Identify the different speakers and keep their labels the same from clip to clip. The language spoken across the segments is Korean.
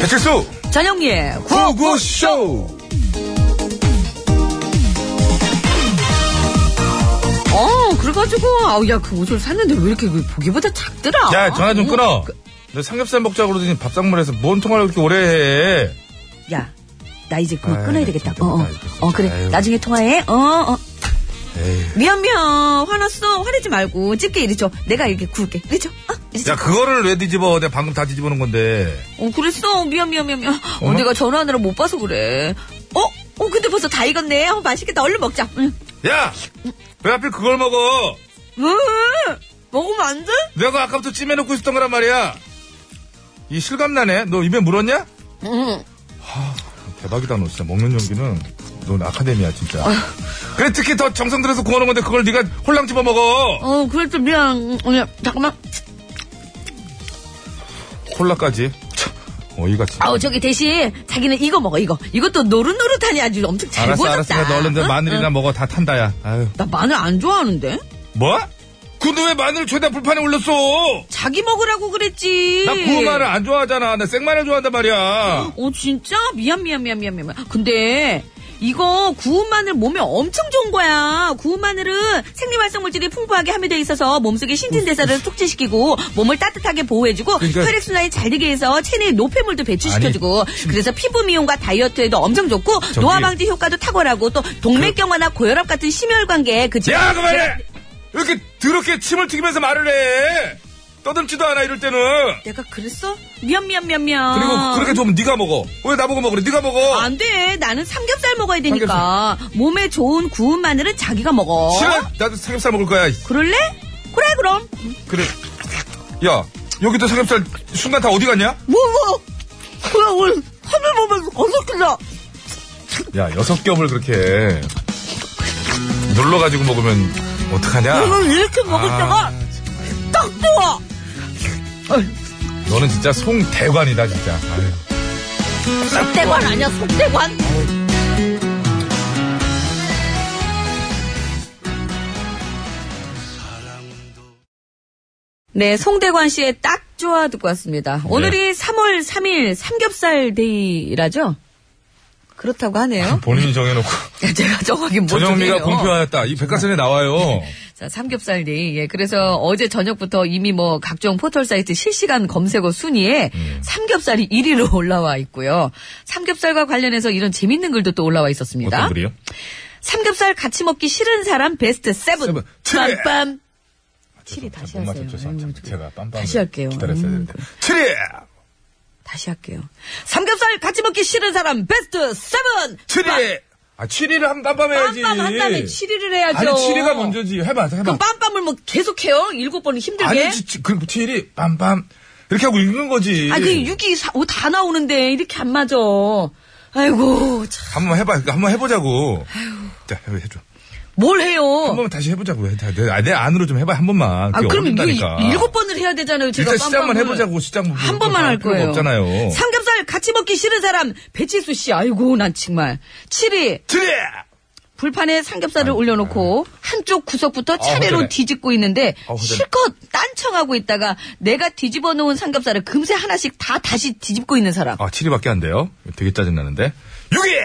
Speaker 1: 배칠수
Speaker 2: 전영미의
Speaker 1: 구구쇼
Speaker 2: 어 그래가지고 아우 야 그 옷을 샀는데 왜 이렇게 그 보기보다 작더라
Speaker 1: 야 전화 좀
Speaker 2: 어,
Speaker 1: 끊어
Speaker 2: 그-
Speaker 1: 너 삼겹살 먹자고 그러더니 밥상머리에서 뭔 통화를 그렇게 오래 해
Speaker 2: 야, 나 이제 그거
Speaker 1: 아이,
Speaker 2: 끊어야 되겠다.
Speaker 1: 진짜
Speaker 2: 어, 어,
Speaker 1: 알겠어.
Speaker 2: 어, 그래.
Speaker 1: 아유.
Speaker 2: 나중에 통화해. 어, 어.
Speaker 1: 에휴.
Speaker 2: 미안, 미안. 화났어. 화내지 말고. 집게 이리 줘. 내가 이렇게 구울게. 이리 줘. 어, 이리 줘.
Speaker 1: 야 그거를 왜 뒤집어 내가 방금 다 뒤집어놓은 건데
Speaker 2: 어, 그랬어. 미안, 미안, 미안, 미안. 어,
Speaker 1: 어머.
Speaker 2: 내가 전화하느라 못 봐서 그래. 어? 어, 근데 벌써 다 익었네. 어, 맛있겠다. 얼른 먹자. 응.
Speaker 1: 야왜 하필 그걸 먹어
Speaker 2: 왜? 먹으면 안 돼?
Speaker 1: 내가 아까부터 찜해놓고 있었던 거란 말이야 이 실감나네 너 입에 물었냐? 아,
Speaker 2: 응.
Speaker 1: 대박이다 너 진짜 먹는 연기는 넌 아카데미야 진짜 그래 특히 더 정성 들여서 구워놓은 건데 그걸 네가 홀랑 집어먹어
Speaker 2: 어, 그랬어. 미안. 어, 야, 잠깐만.
Speaker 1: 콜라까지 참, 어이가 진짜
Speaker 2: 아우, 저기 대신 자기는 이거 먹어, 이거. 이것도 노릇노릇하니 아주 엄청 잘
Speaker 1: 알았어
Speaker 2: 구워졌다.
Speaker 1: 알았어 너 얼른 너
Speaker 2: 응?
Speaker 1: 마늘이나
Speaker 2: 응.
Speaker 1: 먹어 다 탄다야 아유
Speaker 2: 나 마늘 안 좋아하는데?
Speaker 1: 뭐? 근데 왜 마늘을 죄다 불판에 올렸어
Speaker 2: 자기 먹으라고 그랬지.
Speaker 1: 나 구운 마늘 안 좋아하잖아 나 생마늘 좋아한단 말이야
Speaker 2: 어, 진짜? 미안, 미안, 미안, 미안, 미안. 근데, 이거 구운 마늘 몸에 엄청 좋은 거야. 구운 마늘은 생리활성 물질이 풍부하게 함유되어 있어서 몸속의 신진대사를 촉진시키고 몸을 따뜻하게 보호해주고
Speaker 1: 그러니까-
Speaker 2: 혈액순환이 잘 되게 해서 체내의 노폐물도 배출시켜주고 그래서 피부 미용과 다이어트에도 엄청 좋고
Speaker 1: 저기-
Speaker 2: 노화 방지 효과도 탁월하고 또 동맥경화나 고혈압 같은 심혈관계 그
Speaker 1: 야 그만해 왜 이렇게 더럽게 침을 튀기면서 말을 해 떠듬지도 않아 이럴 때는
Speaker 2: 내가 그랬어? 미안, 미안, 미안, 미안.
Speaker 1: 그리고 그렇게 좋으면 네가 먹어 왜 나보고 먹으래 네가 먹어
Speaker 2: 안 돼. 나는 삼겹살 먹어야 되니까. 몸에 좋은 구운 마늘은 자기가 먹어.
Speaker 1: 싫어 나도 삼겹살 먹을 거야
Speaker 2: 그럴래? 그래, 그럼.
Speaker 1: 그래. 야, 여기도 삼겹살 순간 다 어디 갔냐?
Speaker 2: 뭐, 뭐. 그냥 오늘 하늘 보면 어색해져.
Speaker 1: 야, 여섯 겹을 그렇게 눌러가지고 먹으면 어떡하냐?
Speaker 2: 오늘 이렇게 먹을
Speaker 1: 아.
Speaker 2: 때가 딱 좋아.
Speaker 1: 너는 진짜 송대관이다, 진짜. 아유.
Speaker 2: 속대관 아니야, 속대관. 네, 송대관 씨의 딱 좋아 듣고 왔습니다. 오늘이 3월 3일 삼겹살 데이라죠? 그렇다고 하네요.
Speaker 1: 본인이 정해놓고.
Speaker 2: 제가 정확히 못
Speaker 1: 전영미가
Speaker 2: 정해요. 음.
Speaker 1: 공표하였다. 이 백과선에 나와요.
Speaker 2: 자, 삼겹살 데이. 예, 그래서 어제 저녁부터 이미 뭐 각종 포털 사이트 실시간 검색어 순위에
Speaker 1: 음.
Speaker 2: 삼겹살이 1위로 올라와 있고요. 삼겹살과 관련해서 이런 재밌는 글도 또 올라와 있었습니다.
Speaker 1: 어떤 글이요?
Speaker 2: 삼겹살 같이 먹기 싫은 사람 베스트
Speaker 1: 세븐. 아,
Speaker 2: 7.
Speaker 1: 칠위!
Speaker 2: 빰빰.
Speaker 1: 칠이
Speaker 2: 칠이 다시 하세요. 아이고, 저-
Speaker 1: 제가 빰빰.
Speaker 2: 다시 할게요.
Speaker 1: 기다렸어야
Speaker 2: 음,
Speaker 1: 되는데. 칠이!
Speaker 2: 다시 할게요. 삼겹살 같이 먹기 싫은 사람 베스트 7.
Speaker 1: 칠이! 아, 칠이를 한 빰빰 해야지.
Speaker 2: 빰빰 한 다음에 7위를 해야죠.
Speaker 1: 아니, 칠이가 먼저지. 해봐, 해봐.
Speaker 2: 그럼 빰빰을 뭐 계속해요? 일곱 번은 힘들게?
Speaker 1: 아니지, 치- 그 칠이 빰빰. 이렇게 하고 읽는 거지.
Speaker 2: 아, 그 6, 2, 4, 5 다 나오는데 이렇게 안 맞아. 아이고, 참.
Speaker 1: 한번 해봐. 한번 해보자고. 자, 해봐, 해줘.
Speaker 2: 뭘
Speaker 1: 한
Speaker 2: 해요?
Speaker 1: 번만 다시 해보자고. 해. 다- 내, 내 안으로 좀 해봐. 한 번만.
Speaker 2: 아,
Speaker 1: 그게
Speaker 2: 그럼 이게
Speaker 1: 어렵다니까.
Speaker 2: 일곱 번을 해야 되잖아요. 제가
Speaker 1: 일단 시작만
Speaker 2: 빰빰을.
Speaker 1: 해보자고, 시작만.
Speaker 2: 한 번만 할
Speaker 1: 필요가
Speaker 2: 거예요.
Speaker 1: 없잖아요.
Speaker 2: 삼겹살 같이 먹기 싫은 사람 배치수 씨. 아이고, 난 정말. 7위.
Speaker 1: 드레!
Speaker 2: 불판에 삼겹살을 올려놓고 한쪽 구석부터 차례로
Speaker 1: 아, 허전해. 아,
Speaker 2: 뒤집고 있는데
Speaker 1: 허전해.
Speaker 2: 실컷 딴청하고 있다가 내가 뒤집어 놓은 삼겹살을 금세 하나씩 다 다시 뒤집고 있는 사람.
Speaker 1: 아, 7위밖에 안 돼요. 되게 짜증나는데. 6위!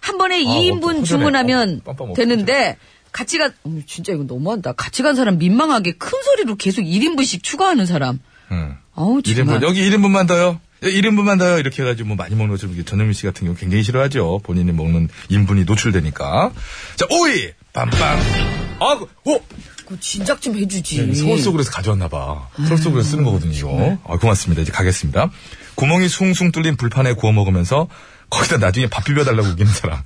Speaker 2: 한 번에
Speaker 1: 어,
Speaker 2: 2인분
Speaker 1: 허전해.
Speaker 2: 주문하면
Speaker 1: 어, 빰빰 없어,
Speaker 2: 되는데 같이 간 음, 진짜 이건 너무한다. 같이 간 사람 민망하게 큰 소리로 계속 1인분씩 추가하는 사람.
Speaker 1: 응.
Speaker 2: 아우 정말.
Speaker 1: 1인분, 여기 1인분만 더요. 예, 1인분만 더요. 이렇게 해가지고 뭐 많이 먹는 것처럼 이게 전현민 씨 같은 경우 굉장히 싫어하죠. 본인이 먹는 인분이 노출되니까. 자, 5위! 빰빰! 아, 그- 어?
Speaker 2: 그거 진작 좀 해주지.
Speaker 1: 네, 서울 속으로서 가져왔나봐. 서울 속으로서 쓰는 거거든요, 이거. 아, 고맙습니다. 이제 가겠습니다. 구멍이 숭숭 뚫린 불판에 구워 먹으면서 거기다 나중에 밥 비벼달라고 우기는 사람.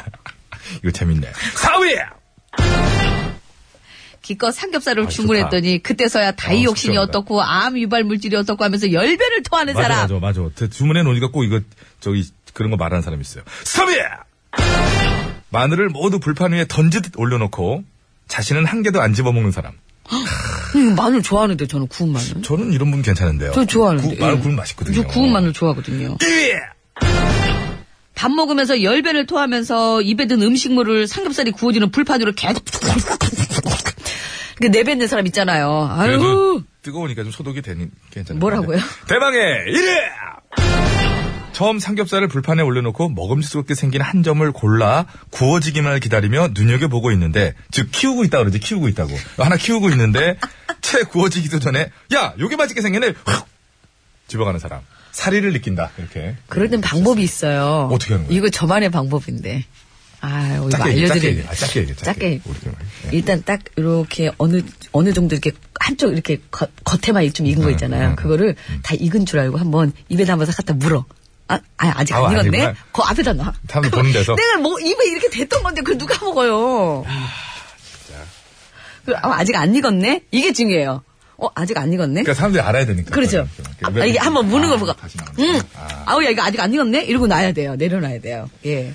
Speaker 1: 이거 재밌네. 4위!
Speaker 2: 기껏 삼겹살을
Speaker 1: 아,
Speaker 2: 주문했더니 그때서야 다이
Speaker 1: 아,
Speaker 2: 욕심이
Speaker 1: 걱정이다.
Speaker 2: 어떻고 암 유발 물질이 어떻고 하면서 열변을 토하는
Speaker 1: 맞아,
Speaker 2: 사람.
Speaker 1: 맞아, 맞아. 대- 주문해 놓으니까 꼭 이거, 저기, 그런 거 말하는 사람 있어요. 3위! 마늘을 모두 불판 위에 던지듯 올려놓고 자신은 한 개도 안 집어먹는 사람.
Speaker 2: 음, 마늘 좋아하는데 저는 구운 마늘.
Speaker 1: 저는 이런 분 괜찮은데요.
Speaker 2: 저 좋아하는데.
Speaker 1: 구, 마늘
Speaker 2: 예.
Speaker 1: 구우면 맛있거든요.
Speaker 2: 저 구운 마늘 좋아하거든요.
Speaker 1: 2위!
Speaker 2: 밥 먹으면서 열변을 토하면서 입에 든 음식물을 삼겹살이 네 구워지는 불판 위로 계속 그 내뱉는 사람 있잖아요. 아유
Speaker 1: 그래도 뜨거우니까 좀 소독이 되니 괜찮아요.
Speaker 2: 뭐라고요?
Speaker 1: 대망의 1위! 처음 삼겹살을 불판에 올려놓고 먹음직스럽게 생긴 한 점을 골라 구워지기만을 기다리며 눈여겨보고 있는데, 즉, 키우고 있다 그러지, 키우고 있다고. 하나 키우고 있는데, 채 구워지기도 전에, 야! 요게 맛있게 생겼네! 확! 집어가는 사람. 사리를 느낀다, 이렇게.
Speaker 2: 그러는 방법이 있어요.
Speaker 1: 어떻게 하는 거예요?
Speaker 2: 이거 저만의 방법인데. 아, 이거
Speaker 1: 짧게 얘기, 짧게 얘기.
Speaker 2: 알려드릴.
Speaker 1: 아, 짧게 얘기, 짧게.
Speaker 2: 짧게.
Speaker 1: 우리 그만. 예.
Speaker 2: 일단 딱 이렇게 어느 어느 정도 이렇게 한쪽 이렇게 겉, 겉에만 좀
Speaker 1: 음,
Speaker 2: 익은 거 있잖아요. 그거를 다 익은 줄 알고 한번 입에 담아서 갖다 물어. 아, 아, 직안
Speaker 1: 아,
Speaker 2: 익었네.
Speaker 1: 아니구나.
Speaker 2: 그 앞에다 놔.
Speaker 1: 다음
Speaker 2: 그거
Speaker 1: 보는 데서?
Speaker 2: 내가 뭐 입에 이렇게 됐던 건데 그걸 누가 먹어요? 그, 아, 아직 안 익었네. 이게 중요해요. 어, 아직 안 익었네.
Speaker 1: 그러니까 사람들이 알아야 되니까.
Speaker 2: 그렇죠.
Speaker 1: 그러니까 왜
Speaker 2: 아, 이게
Speaker 1: 그렇게-
Speaker 2: 한번 무는
Speaker 1: 아,
Speaker 2: 걸 보고,
Speaker 1: 다시 나온다.
Speaker 2: 응,
Speaker 1: 아.
Speaker 2: 아. 우야 이거 아직 안 익었네? 이러고 놔야 돼요. 내려놔야 돼요. 예.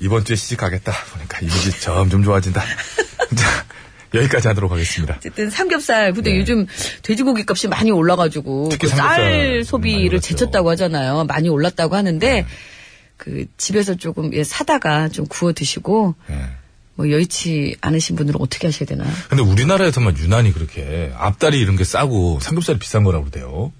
Speaker 1: 이번 주에 시집 가겠다 보니까 이미지 점점 좋아진다. 자, 여기까지 하도록 하겠습니다.
Speaker 2: 어쨌든 삼겹살, 근데
Speaker 1: 네.
Speaker 2: 요즘 돼지고기 값이 많이 올라가지고,
Speaker 1: 특히
Speaker 2: 그
Speaker 1: 삼겹살
Speaker 2: 쌀
Speaker 1: 많이
Speaker 2: 소비를
Speaker 1: 올랐죠. 네.
Speaker 2: 제쳤다고 하잖아요. 많이 올랐다고 하는데, 그 집에서 조금 예, 사다가 좀 구워 드시고,
Speaker 1: 예.
Speaker 2: 뭐 여의치 않으신 분들은 어떻게 하셔야 되나요?
Speaker 1: 근데 우리나라에서만 유난히 그렇게 앞다리 이런 게 싸고 삼겹살이 비싼 거라고 그래요.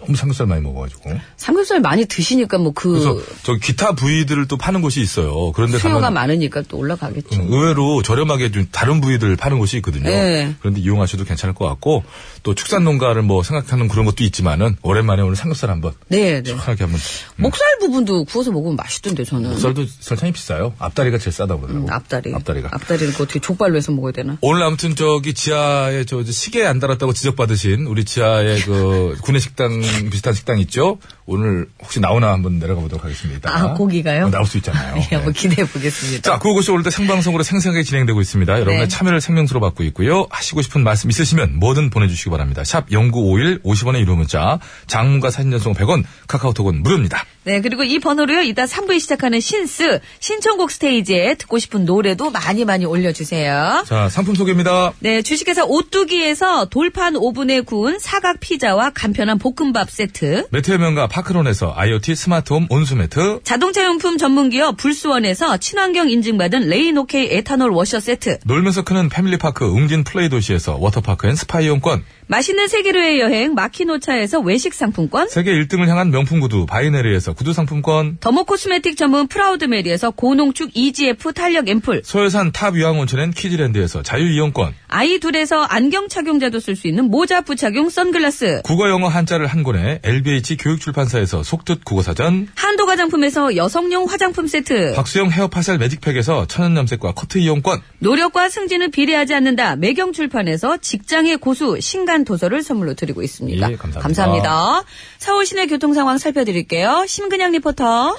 Speaker 1: 너무 삼겹살 많이 먹어가지고.
Speaker 2: 삼겹살 많이 드시니까 뭐
Speaker 1: 그래서
Speaker 2: 그
Speaker 1: 저 기타 부위들을 또 파는 곳이 있어요. 그런데
Speaker 2: 수요가
Speaker 1: 가면
Speaker 2: 많으니까 또 올라가겠죠.
Speaker 1: 음, 의외로 저렴하게 좀 다른 부위들 파는 곳이 있거든요.
Speaker 2: 네.
Speaker 1: 그런데 이용하셔도 괜찮을 것 같고 또 축산 농가를 뭐 생각하는 그런 것도 있지만은 오랜만에 오늘 삼겹살 한번
Speaker 2: 네, 네.
Speaker 1: 시원하게 한번
Speaker 2: 목살 부분도 구워서 먹으면 맛있던데 저는.
Speaker 1: 목살도 설탕이 비싸요. 앞다리가 제일 싸다고 그러더라고.
Speaker 2: 음, 앞다리.
Speaker 1: 음. 앞다리가.
Speaker 2: 앞다리는 그 어떻게 족발로 해서 먹어야 되나?
Speaker 1: 오늘 아무튼 저기 지하에 저 이제 시계 안 달았다고 지적받으신 우리 지하에 그 군내 식당 비슷한 식당 있죠? 오늘 혹시 나오나 한번 내려가 보도록 하겠습니다.
Speaker 2: 아, 고기가요?
Speaker 1: 어, 나올 수 있잖아요.
Speaker 2: 예, 한번
Speaker 1: 네.
Speaker 2: 기대해 보겠습니다.
Speaker 1: 자, 구호고쇼 오늘도 생방송으로 생생하게 진행되고 있습니다. 여러분의
Speaker 2: 네.
Speaker 1: 참여를 생명수로 받고 있고요. 하시고 싶은 말씀 있으시면 뭐든 보내주시기 바랍니다. 샵 0951 50원의 유료 문자, 장문과 사진 전송 100원, 카카오톡은 무료입니다.
Speaker 2: 네, 그리고 이 번호로요, 이따 3부에 시작하는 신스, 신청곡 스테이지에 듣고 싶은 노래도 많이 많이 올려주세요.
Speaker 1: 자, 상품 소개입니다.
Speaker 2: 네, 주식회사 오뚜기에서 돌판 오븐에 구운 사각 피자와 간편한 볶음밥 세트,
Speaker 1: 매트의 명가 파크론에서 IoT 스마트홈 온수매트,
Speaker 2: 자동차 용품 전문기업 불수원에서 친환경 인증받은 레인오케이 에탄올 워셔 세트,
Speaker 1: 놀면서 크는 패밀리파크 웅진 플레이 도시에서 워터파크 앤 스파 이용권,
Speaker 2: 맛있는 세계로의 여행 마키노차에서 외식 상품권,
Speaker 1: 세계 1등을 향한 명품 구두 바이네리에서 구두 상품권,
Speaker 2: 더모 코스메틱 전문 프라우드메리에서 고농축 EGF 탄력 앰플,
Speaker 1: 소요산 탑 유황 온천엔 키즈랜드에서 자유 이용권,
Speaker 2: 아이 둘에서 안경 착용자도 쓸 수 있는 모자 부착용 선글라스,
Speaker 1: 국어 영어 한자를 한 권에 LBH 교육출판사에서 속뜻 국어사전,
Speaker 2: 한도 화장품에서 여성용 화장품 세트.
Speaker 1: 박수영 헤어 파셀 매직팩에서 천연 염색과 커트 이용권,
Speaker 2: 노력과 승진을 비례하지 않는다. 매경 출판에서 직장의 고수 신간 도서를 선물로 드리고 있습니다.
Speaker 1: 예, 감사합니다.
Speaker 2: 감사합니다. 서울 시내 교통 상황 살펴드릴게요. 심근양 리포터.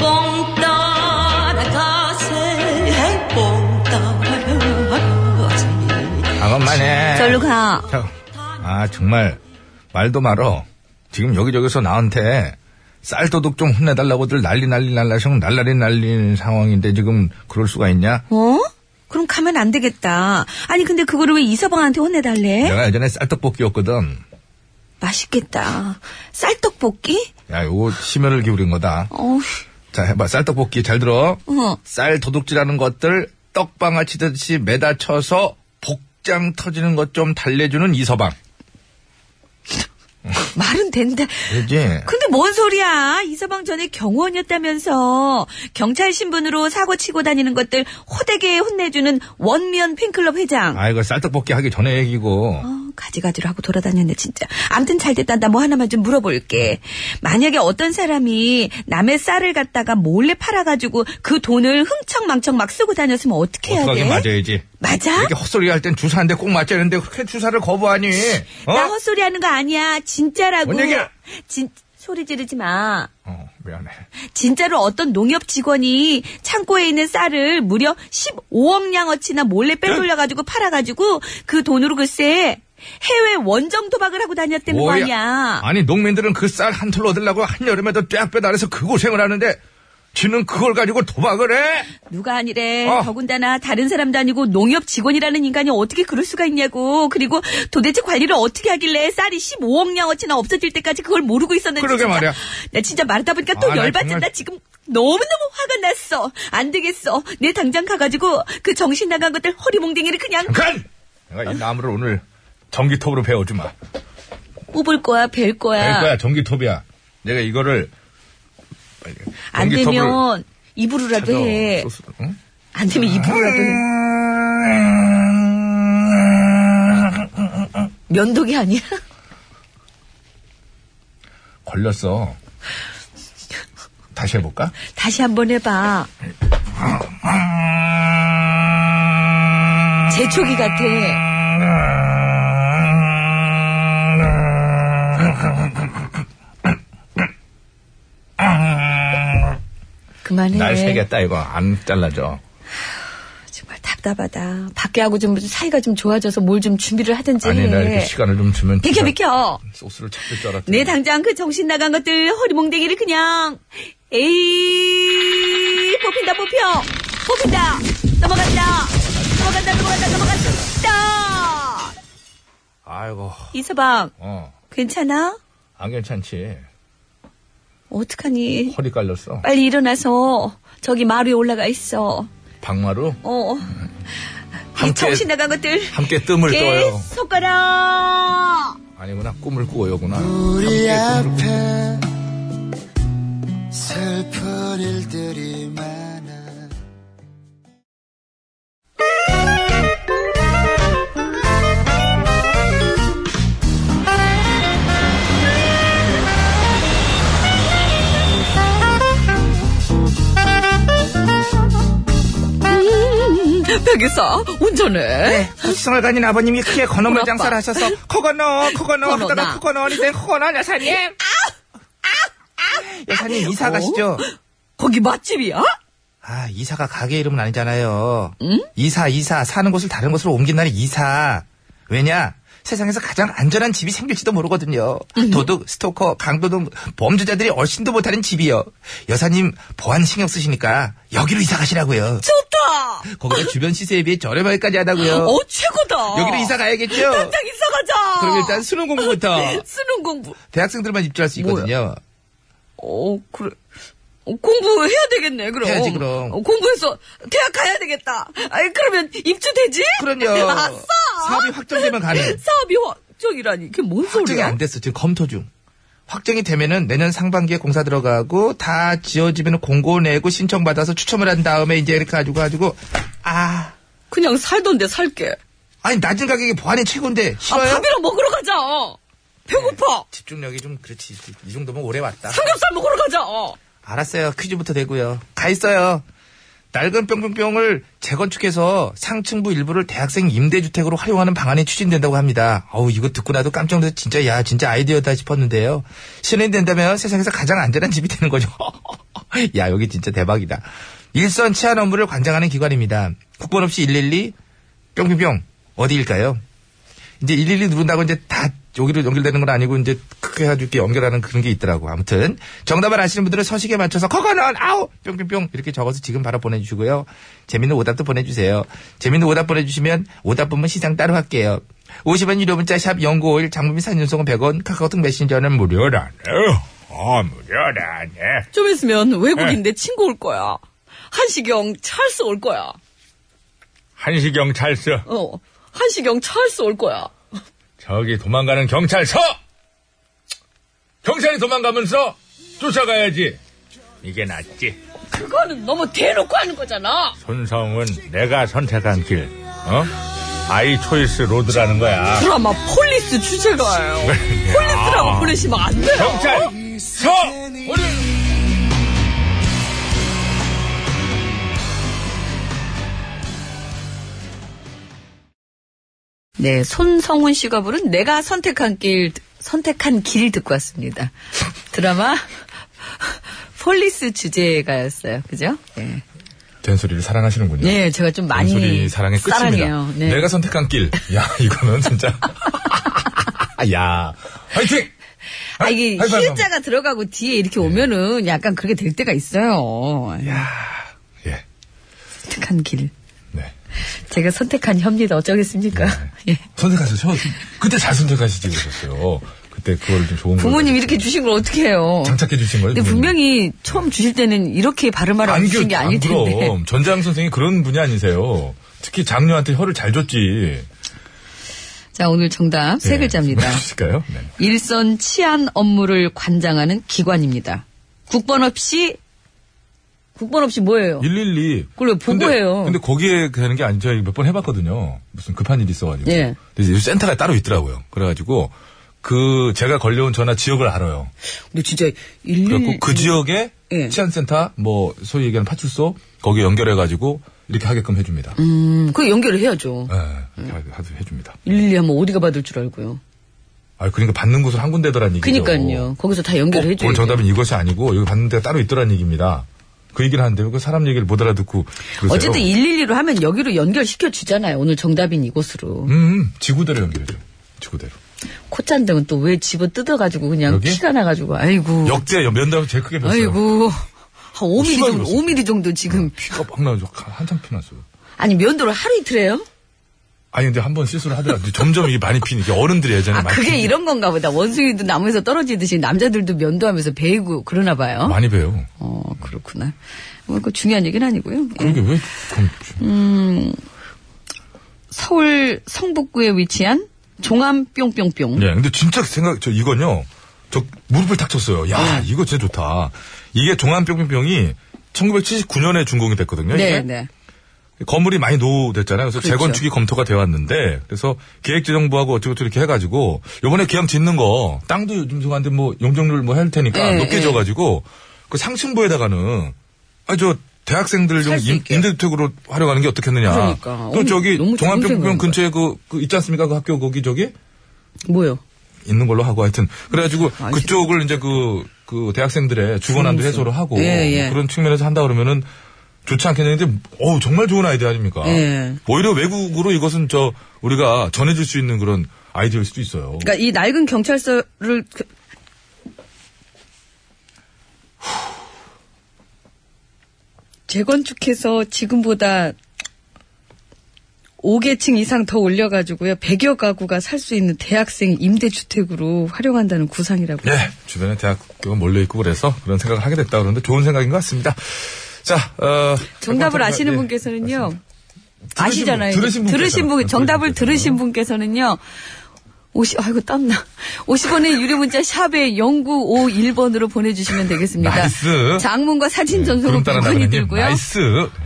Speaker 3: 뽕 따라가세 뽕 따라가세
Speaker 1: 잠깐만해.
Speaker 2: 절로 가.
Speaker 1: 아 정말 말도 말어. 지금 여기저기서 나한테 쌀도둑 좀 혼내달라고들 난리 난리 날라성 날라리 날리 상황인데 지금 그럴 수가 있냐?
Speaker 2: 어? 그럼 가면 안 되겠다. 아니 근데 그거를 왜 이서방한테 혼내달래?
Speaker 1: 내가 예전에 쌀떡볶이였거든.
Speaker 2: 맛있겠다. 쌀떡볶이?
Speaker 1: 야, 요거 심혈을 기울인 거다.
Speaker 2: 어우,
Speaker 1: 자, 해봐. 쌀떡볶이 잘 들어.
Speaker 2: 어.
Speaker 1: 쌀 도둑질하는 것들 떡방아 치듯이 매다 쳐서 복장 터지는 것 좀 달래주는 이서방.
Speaker 2: 말은 된다.
Speaker 1: 그지?
Speaker 2: 근데 뭔 소리야? 이서방 전에 경호원이었다면서 경찰 신분으로 사고 치고 다니는 것들 호되게 혼내주는 원면 팬클럽 회장.
Speaker 1: 아, 이거 쌀떡볶이 하기 전에 얘기고.
Speaker 2: 어, 가지가지로 하고 돌아다녔네 진짜. 암튼 잘 됐다. 나 뭐 하나만 좀 물어볼게. 만약에 어떤 사람이 남의 쌀을 갖다가 몰래 팔아가지고 그 돈을 흥청망청 막 쓰고 다녔으면 어떻게 해야
Speaker 1: 어떡하게
Speaker 2: 돼?
Speaker 1: 맞아야지.
Speaker 2: 맞아?
Speaker 1: 이렇게 헛소리 할 땐 주사한데 꼭 맞아야 되는데 그렇게 주사를 거부하니. 어?
Speaker 2: 나 헛소리 하는 거 아니야. 진짜라고.
Speaker 1: 뭔 얘기야?
Speaker 2: 진 소리 지르지 마.
Speaker 1: 어, 미안해.
Speaker 2: 진짜로 어떤 농협 직원이 창고에 있는 쌀을 무려 15억 량어치나 몰래 빼돌려가지고 팔아가지고 그 돈으로 글쎄 해외 원정 도박을 하고 다녔다는 거
Speaker 1: 뭐야?
Speaker 2: 아니야.
Speaker 1: 아니, 농민들은 그 쌀 한 톨 얻으려고 한여름에도 쫙빼 달아서 그 고생을 하는데 지는 그걸 가지고 도박을 해?
Speaker 2: 누가 아니래.
Speaker 1: 어.
Speaker 2: 더군다나 다른 사람도 아니고 농협 직원이라는 인간이 어떻게 그럴 수가 있냐고. 그리고 도대체 관리를 어떻게 하길래 쌀이 15억 양어치나 없어질 때까지 그걸 모르고 있었는지.
Speaker 1: 그러게
Speaker 2: 진짜.
Speaker 1: 말이야.
Speaker 2: 나 진짜 말하다 보니까 또
Speaker 1: 아, 나
Speaker 2: 열받는다.
Speaker 1: 정말-
Speaker 2: 지금 너무너무 화가 났어. 안 되겠어. 내 당장 가가지고 그 정신 나간 것들 허리몽댕이를 그냥
Speaker 1: 잠깐! 내가 이 나무를 오늘 전기톱으로 베어주마.
Speaker 2: 뽑을 거야, 벨 거야.
Speaker 1: 그러니까 전기톱이야. 내가 이거를 빨리
Speaker 2: 안
Speaker 1: 전기톱을
Speaker 2: 되면 입으로라도
Speaker 1: 찾아.
Speaker 2: 해.
Speaker 1: 소스를, 응?
Speaker 2: 안 되면 입으로라도
Speaker 1: 음.
Speaker 2: 해. 면도기 아니야?
Speaker 1: 걸렸어. 다시 해볼까?
Speaker 2: 다시 한번 해봐. 제초기 같아. 그만해.
Speaker 1: 날 새겠다 이거 안 잘라져.
Speaker 2: 정말 답답하다. 밖에하고 좀 사이가 좀 좋아져서 뭘 좀 준비를 하든지.
Speaker 1: 아니 나 네. 이렇게 네, 시간을 좀 주면
Speaker 2: 비켜
Speaker 1: 진짜
Speaker 2: 비켜.
Speaker 1: 소스를 찾을 줄 알았더니
Speaker 2: 내 당장 그 정신 나간 것들 허리몽댕이를 그냥 에이 뽑힌다 뽑혀 뽑힌다 넘어간다 넘어간다 넘어간다 넘어간다
Speaker 1: 아이고
Speaker 2: 이서방
Speaker 1: 어안
Speaker 2: 괜찮아?
Speaker 1: 괜찮지
Speaker 2: 어떡하니
Speaker 1: 허리 깔렸어
Speaker 2: 빨리 일어나서 저기 마루에 올라가 있어
Speaker 1: 박마루
Speaker 2: 어. 이
Speaker 1: 함께-
Speaker 2: 정신 나간 것들
Speaker 1: 함께 뜸을 떠요
Speaker 2: 손가락
Speaker 1: 아니구나 꿈을 꾸어요구나
Speaker 4: 우리
Speaker 1: 함께 꿈을 꾸
Speaker 4: 앞에 슬픈 일들이 많아
Speaker 2: 백이사 운전해
Speaker 1: 수승을 가진 네, 아버님이 크게 건어물
Speaker 2: 우리 아빠. 장사를
Speaker 1: 하셔서 코건어 코건어
Speaker 2: 코건어, 하다가 나.
Speaker 1: 코건어니 된 코건어 여사님 아, 여사님 이사 가시죠
Speaker 2: 거기 맛집이야?
Speaker 1: 아 이사가 가게 이름은 아니잖아요 이사 이사 사는 곳을 다른 곳으로 옮긴다는 이사 왜냐 세상에서 가장 안전한 집이 생길지도 모르거든요
Speaker 2: 음.
Speaker 1: 도둑 스토커 강도 등 범죄자들이 얼씬도 못하는 집이요 여사님 보안 신경 쓰시니까 여기로 이사 가시라고요
Speaker 2: 좋다
Speaker 1: 거기다 주변 시세에 비해 저렴하게까지 하다고요
Speaker 2: 어 최고다
Speaker 1: 여기로 이사 가야겠죠
Speaker 2: 당장 이사 가자. 어.
Speaker 1: 그럼 일단 어. 수능 공부부터
Speaker 2: 쓰는 공부.
Speaker 1: 대학생들만 입주할 수 있거든요.
Speaker 2: 어 그래. 어, 공부해야 되겠네. 그럼.
Speaker 1: 해야지, 그럼.
Speaker 2: 어, 공부해서 대학 가야 되겠다. 아니 그러면 입주되지?
Speaker 1: 그럼요.
Speaker 2: 아싸.
Speaker 1: 사업이 확정되면 가능.
Speaker 2: 사업이 확정이라니. 그게 뭔
Speaker 1: 확정이
Speaker 2: 소리야?
Speaker 1: 안 됐어. 지금 검토 중. 확정이 되면은 내년 상반기에 공사 들어가고 다 지어지면 공고 내고 신청 받아서 추첨을 한 다음에 이제 이렇게 가지고 가지고 아
Speaker 2: 그냥 살던데 살게.
Speaker 1: 아니 낮은 가격에 보안이 최고인데
Speaker 2: 아,
Speaker 1: 싫어요?
Speaker 2: 밥이랑 먹으러 가자. 배고파.
Speaker 1: 집중력이 좀 그렇지 이 정도면 오래 왔다.
Speaker 2: 삼겹살 먹으러 가자.
Speaker 1: 알았어요. 퀴즈부터 되고요. 가 있어요. 낡은 뿅뿅뿅을 재건축해서 상층부 일부를 대학생 임대주택으로 활용하는 방안이 추진된다고 합니다. 어우, 이거 듣고 나도 깜짝 놀라서 진짜, 야, 진짜 아이디어다 싶었는데요. 실행된다면 세상에서 가장 안전한 집이 되는 거죠. 야, 여기 진짜 대박이다. 일선 치안 업무를 관장하는 기관입니다. 국번 없이 112, 뿅뿅뿅, 어디일까요? 이제 112 누른다고 이제 다 여기로 연결되는 건 아니고 이제 크게 해가지고 이렇게 연결하는 그런 게 있더라고. 아무튼 정답을 아시는 분들은 서식에 맞춰서 커거는 아우 뿅뿅뿅 이렇게 적어서 지금 바로 보내주시고요. 재밌는 오답도 보내주세요. 재밌는 오답 보내주시면 오답 보면 시상 따로 할게요. 50원 유료 문자 샵 0951, 장문비 산연송은 100원, 카카오톡 메신저는 무료라네요. 아, 무료라네.
Speaker 2: 좀 있으면 외국인
Speaker 1: 네.
Speaker 2: 내 친구 올 거야. 한시경 찰스 올 거야.
Speaker 1: 한시 경찰서,
Speaker 2: 어. 한시경 찰스 올 거야.
Speaker 1: 저기 도망가는 경찰서! 경찰이 도망가면서 쫓아가야지. 이게 낫지.
Speaker 2: 그거는 너무 대놓고 하는 거잖아.
Speaker 1: 손성은 내가 선택한 길, 어? 아이 초이스 로드라는 거야.
Speaker 2: 드라마 폴리스 주제가예요.
Speaker 1: 네. 아.
Speaker 2: 폴리스라고 부르시면 안 돼요.
Speaker 1: 경찰, 서! 오늘!
Speaker 2: 네, 손성훈 씨가 부른 내가 선택한 길 선택한 길 듣고 왔습니다. 드라마 폴리스 주제가였어요. 그죠? 네.
Speaker 1: 된소리를 사랑하시는군요.
Speaker 2: 네, 제가 좀 많이
Speaker 1: 된소리 사랑의 끝입니다.
Speaker 2: 사랑해요. 네.
Speaker 1: 내가 선택한 길. 야, 이거는 진짜. 야, 아, 화이팅!
Speaker 2: 아, 이게
Speaker 1: 하이파이브
Speaker 2: 히읗자가 들어가고 뒤에 이렇게
Speaker 1: 네.
Speaker 2: 오면은 약간 그렇게 될 때가 있어요.
Speaker 1: 예.
Speaker 2: 선택한 길.
Speaker 1: 네.
Speaker 2: 제가 선택한 협니다. 어쩌겠습니까? 예.
Speaker 1: 선택하셨죠? 그때 잘 선택하시지 그러셨어요. 그때 그거를 좀 좋은
Speaker 2: 부모님
Speaker 1: 걸로
Speaker 2: 이렇게 주신 걸 어떻게 해요?
Speaker 1: 장착해 주신 거예요?
Speaker 2: 근데
Speaker 1: 부모님?
Speaker 2: 분명히 처음 주실 때는 이렇게 발음하라고
Speaker 1: 안
Speaker 2: 주신 게
Speaker 1: 겨, 안
Speaker 2: 아닐 텐데.
Speaker 1: 그럼. 전장 선생이 그런 분이 아니세요. 특히 장녀한테 혀를 잘 줬지.
Speaker 2: 자, 오늘 정답 세
Speaker 1: 네.
Speaker 2: 글자입니다.
Speaker 1: 맞으실까요? 네.
Speaker 2: 일선 치안 업무를 관장하는 기관입니다. 국번 없이 국번 없이 뭐예요?
Speaker 1: 112.
Speaker 2: 그걸 왜 보고해요?
Speaker 1: 근데, 근데 거기에 되는 게 아니, 저희 몇 번 해봤거든요. 무슨 급한 일이 있어가지고.
Speaker 2: 예.
Speaker 1: 근데 이제 센터가 따로 있더라고요. 그래가지고, 그, 제가 걸려온 전화 지역을 알아요.
Speaker 2: 근데 진짜 일
Speaker 1: 그래갖고 그 지역에
Speaker 2: 음. 예.
Speaker 1: 치안센터, 뭐, 소위 얘기하는 파출소, 거기에 연결해가지고, 이렇게 하게끔 해줍니다.
Speaker 2: 음, 그 연결을 해야죠.
Speaker 1: 예,
Speaker 2: 음.
Speaker 1: 이렇게 하- 해줍니다.
Speaker 2: 112 하면 어디가 받을 줄 알고요.
Speaker 1: 아, 그러니까 받는 곳은 한 군데더란 얘기죠. 어,
Speaker 2: 그니까요. 거기서 다 연결을 해줘요.
Speaker 1: 오늘 정답은 이것이 아니고 여기 봤는 데가 따로 있더란 얘기입니다. 그 얘기를 하는데 그 사람 얘기를 못 알아듣고 그러세요.
Speaker 2: 어쨌든 112로 하면 여기로 연결시켜 주잖아요. 오늘 정답인 이곳으로.
Speaker 1: 음, 음, 지구대로 연결해줘. 지구대로.
Speaker 2: 콧잔등은 또 왜 집어 뜯어가지고 그냥
Speaker 1: 여기?
Speaker 2: 피가 나가지고 아이고.
Speaker 1: 역대 면담을 제일 크게 뵀어요.
Speaker 2: 아이고. 한 5mm
Speaker 1: 심하게
Speaker 2: 정도,
Speaker 1: 폈어요.
Speaker 2: 5mm 정도 지금.
Speaker 1: 피가 막 나죠. 한참 피났어요.
Speaker 2: 아니, 면도를 하루 이틀 해요?
Speaker 1: 아니 근데 한 번 실수를 하더라도 점점 이게 많이 피는 게 어른들이 예전에
Speaker 2: 아,
Speaker 1: 많이
Speaker 2: 그게
Speaker 1: 피는
Speaker 2: 이런 건가 보다. 원숭이도 나무에서 떨어지듯이 남자들도 면도하면서 베이고 그러나
Speaker 1: 게
Speaker 2: 봐요.
Speaker 1: 많이 배요.
Speaker 2: 어, 그렇구나. 뭐, 그 중요한 얘기는 아니고요. 예.
Speaker 1: 그게 왜 그럼
Speaker 2: 음. 서울 성북구에 위치한 종암 뿅뿅뿅.
Speaker 1: 예, 근데 진짜 생각, 저 이건요, 저 무릎을 탁 쳤어요.
Speaker 2: 음.
Speaker 1: 야, 이거 진짜 좋다. 이게 종암병병이 1979년에 준공이 됐거든요.
Speaker 2: 네,
Speaker 1: 이게.
Speaker 2: 네.
Speaker 1: 건물이 많이 노후됐잖아요. 그래서
Speaker 2: 그렇죠.
Speaker 1: 재건축이 검토가 되어 왔는데, 그래서 기획재정부하고 어쩌고저쩌고 이렇게 해가지고, 요번에 기왕 짓는 거, 땅도 요즘 소한데 뭐 용적률 뭐 할 테니까
Speaker 2: 예,
Speaker 1: 높게
Speaker 2: 예.
Speaker 1: 줘가지고, 그 상층부에다가는, 아, 저, 대학생들 좀
Speaker 2: 살수
Speaker 1: 임-
Speaker 2: 있게.
Speaker 1: 임대주택으로 활용하는 게 어떻겠느냐.
Speaker 2: 그러니까.
Speaker 1: 또
Speaker 2: 어머,
Speaker 1: 저기,
Speaker 2: 너무 좋은
Speaker 1: 종암병병
Speaker 2: 생각인
Speaker 1: 근처에 그, 그 있지 않습니까? 그 학교 거기 저기?
Speaker 2: 뭐요?
Speaker 1: 있는 걸로 하고 하여튼 그래가지고
Speaker 2: 아,
Speaker 1: 그쪽을 이제 그, 그 대학생들의 주거난도
Speaker 2: 중소.
Speaker 1: 해소를 하고
Speaker 2: 예, 예.
Speaker 1: 그런 측면에서 한다 그러면은 좋지 않겠는데 어우 정말 좋은 아이디어 아닙니까?
Speaker 2: 예.
Speaker 1: 오히려 외국으로 이것은 저 우리가 전해줄 수 있는 그런 아이디어일 수도 있어요.
Speaker 2: 그러니까 이 낡은 경찰서를 그- 재건축해서 지금보다 5개층 이상 더 올려가지고요. 100여 가구가 살 수 있는 대학생 임대주택으로 활용한다는 구상이라고.
Speaker 1: 예, 주변에 대학교가 몰려 있고 그래서 그런 생각을 하게 됐다 그러는데 좋은 생각인 것 같습니다. 자, 어,
Speaker 2: 정답을
Speaker 1: 백범
Speaker 2: 아시는
Speaker 1: 예.
Speaker 2: 분께서는요.
Speaker 1: 분,
Speaker 2: 아시잖아요.
Speaker 1: 들으신 분께서. 예. 네,
Speaker 2: 분,
Speaker 1: 들으신
Speaker 2: 정답을 들으신 분께서는요. 50, 아이고, 땀나. 50원의 유료 문자 샵에 0951번으로 보내주시면 되겠습니다.
Speaker 1: 나이스. 네,
Speaker 2: 장문과 사진
Speaker 1: 구름
Speaker 2: 전송은
Speaker 1: 따라
Speaker 2: 100원이
Speaker 1: 나가는
Speaker 2: 들고요.
Speaker 1: 나이스.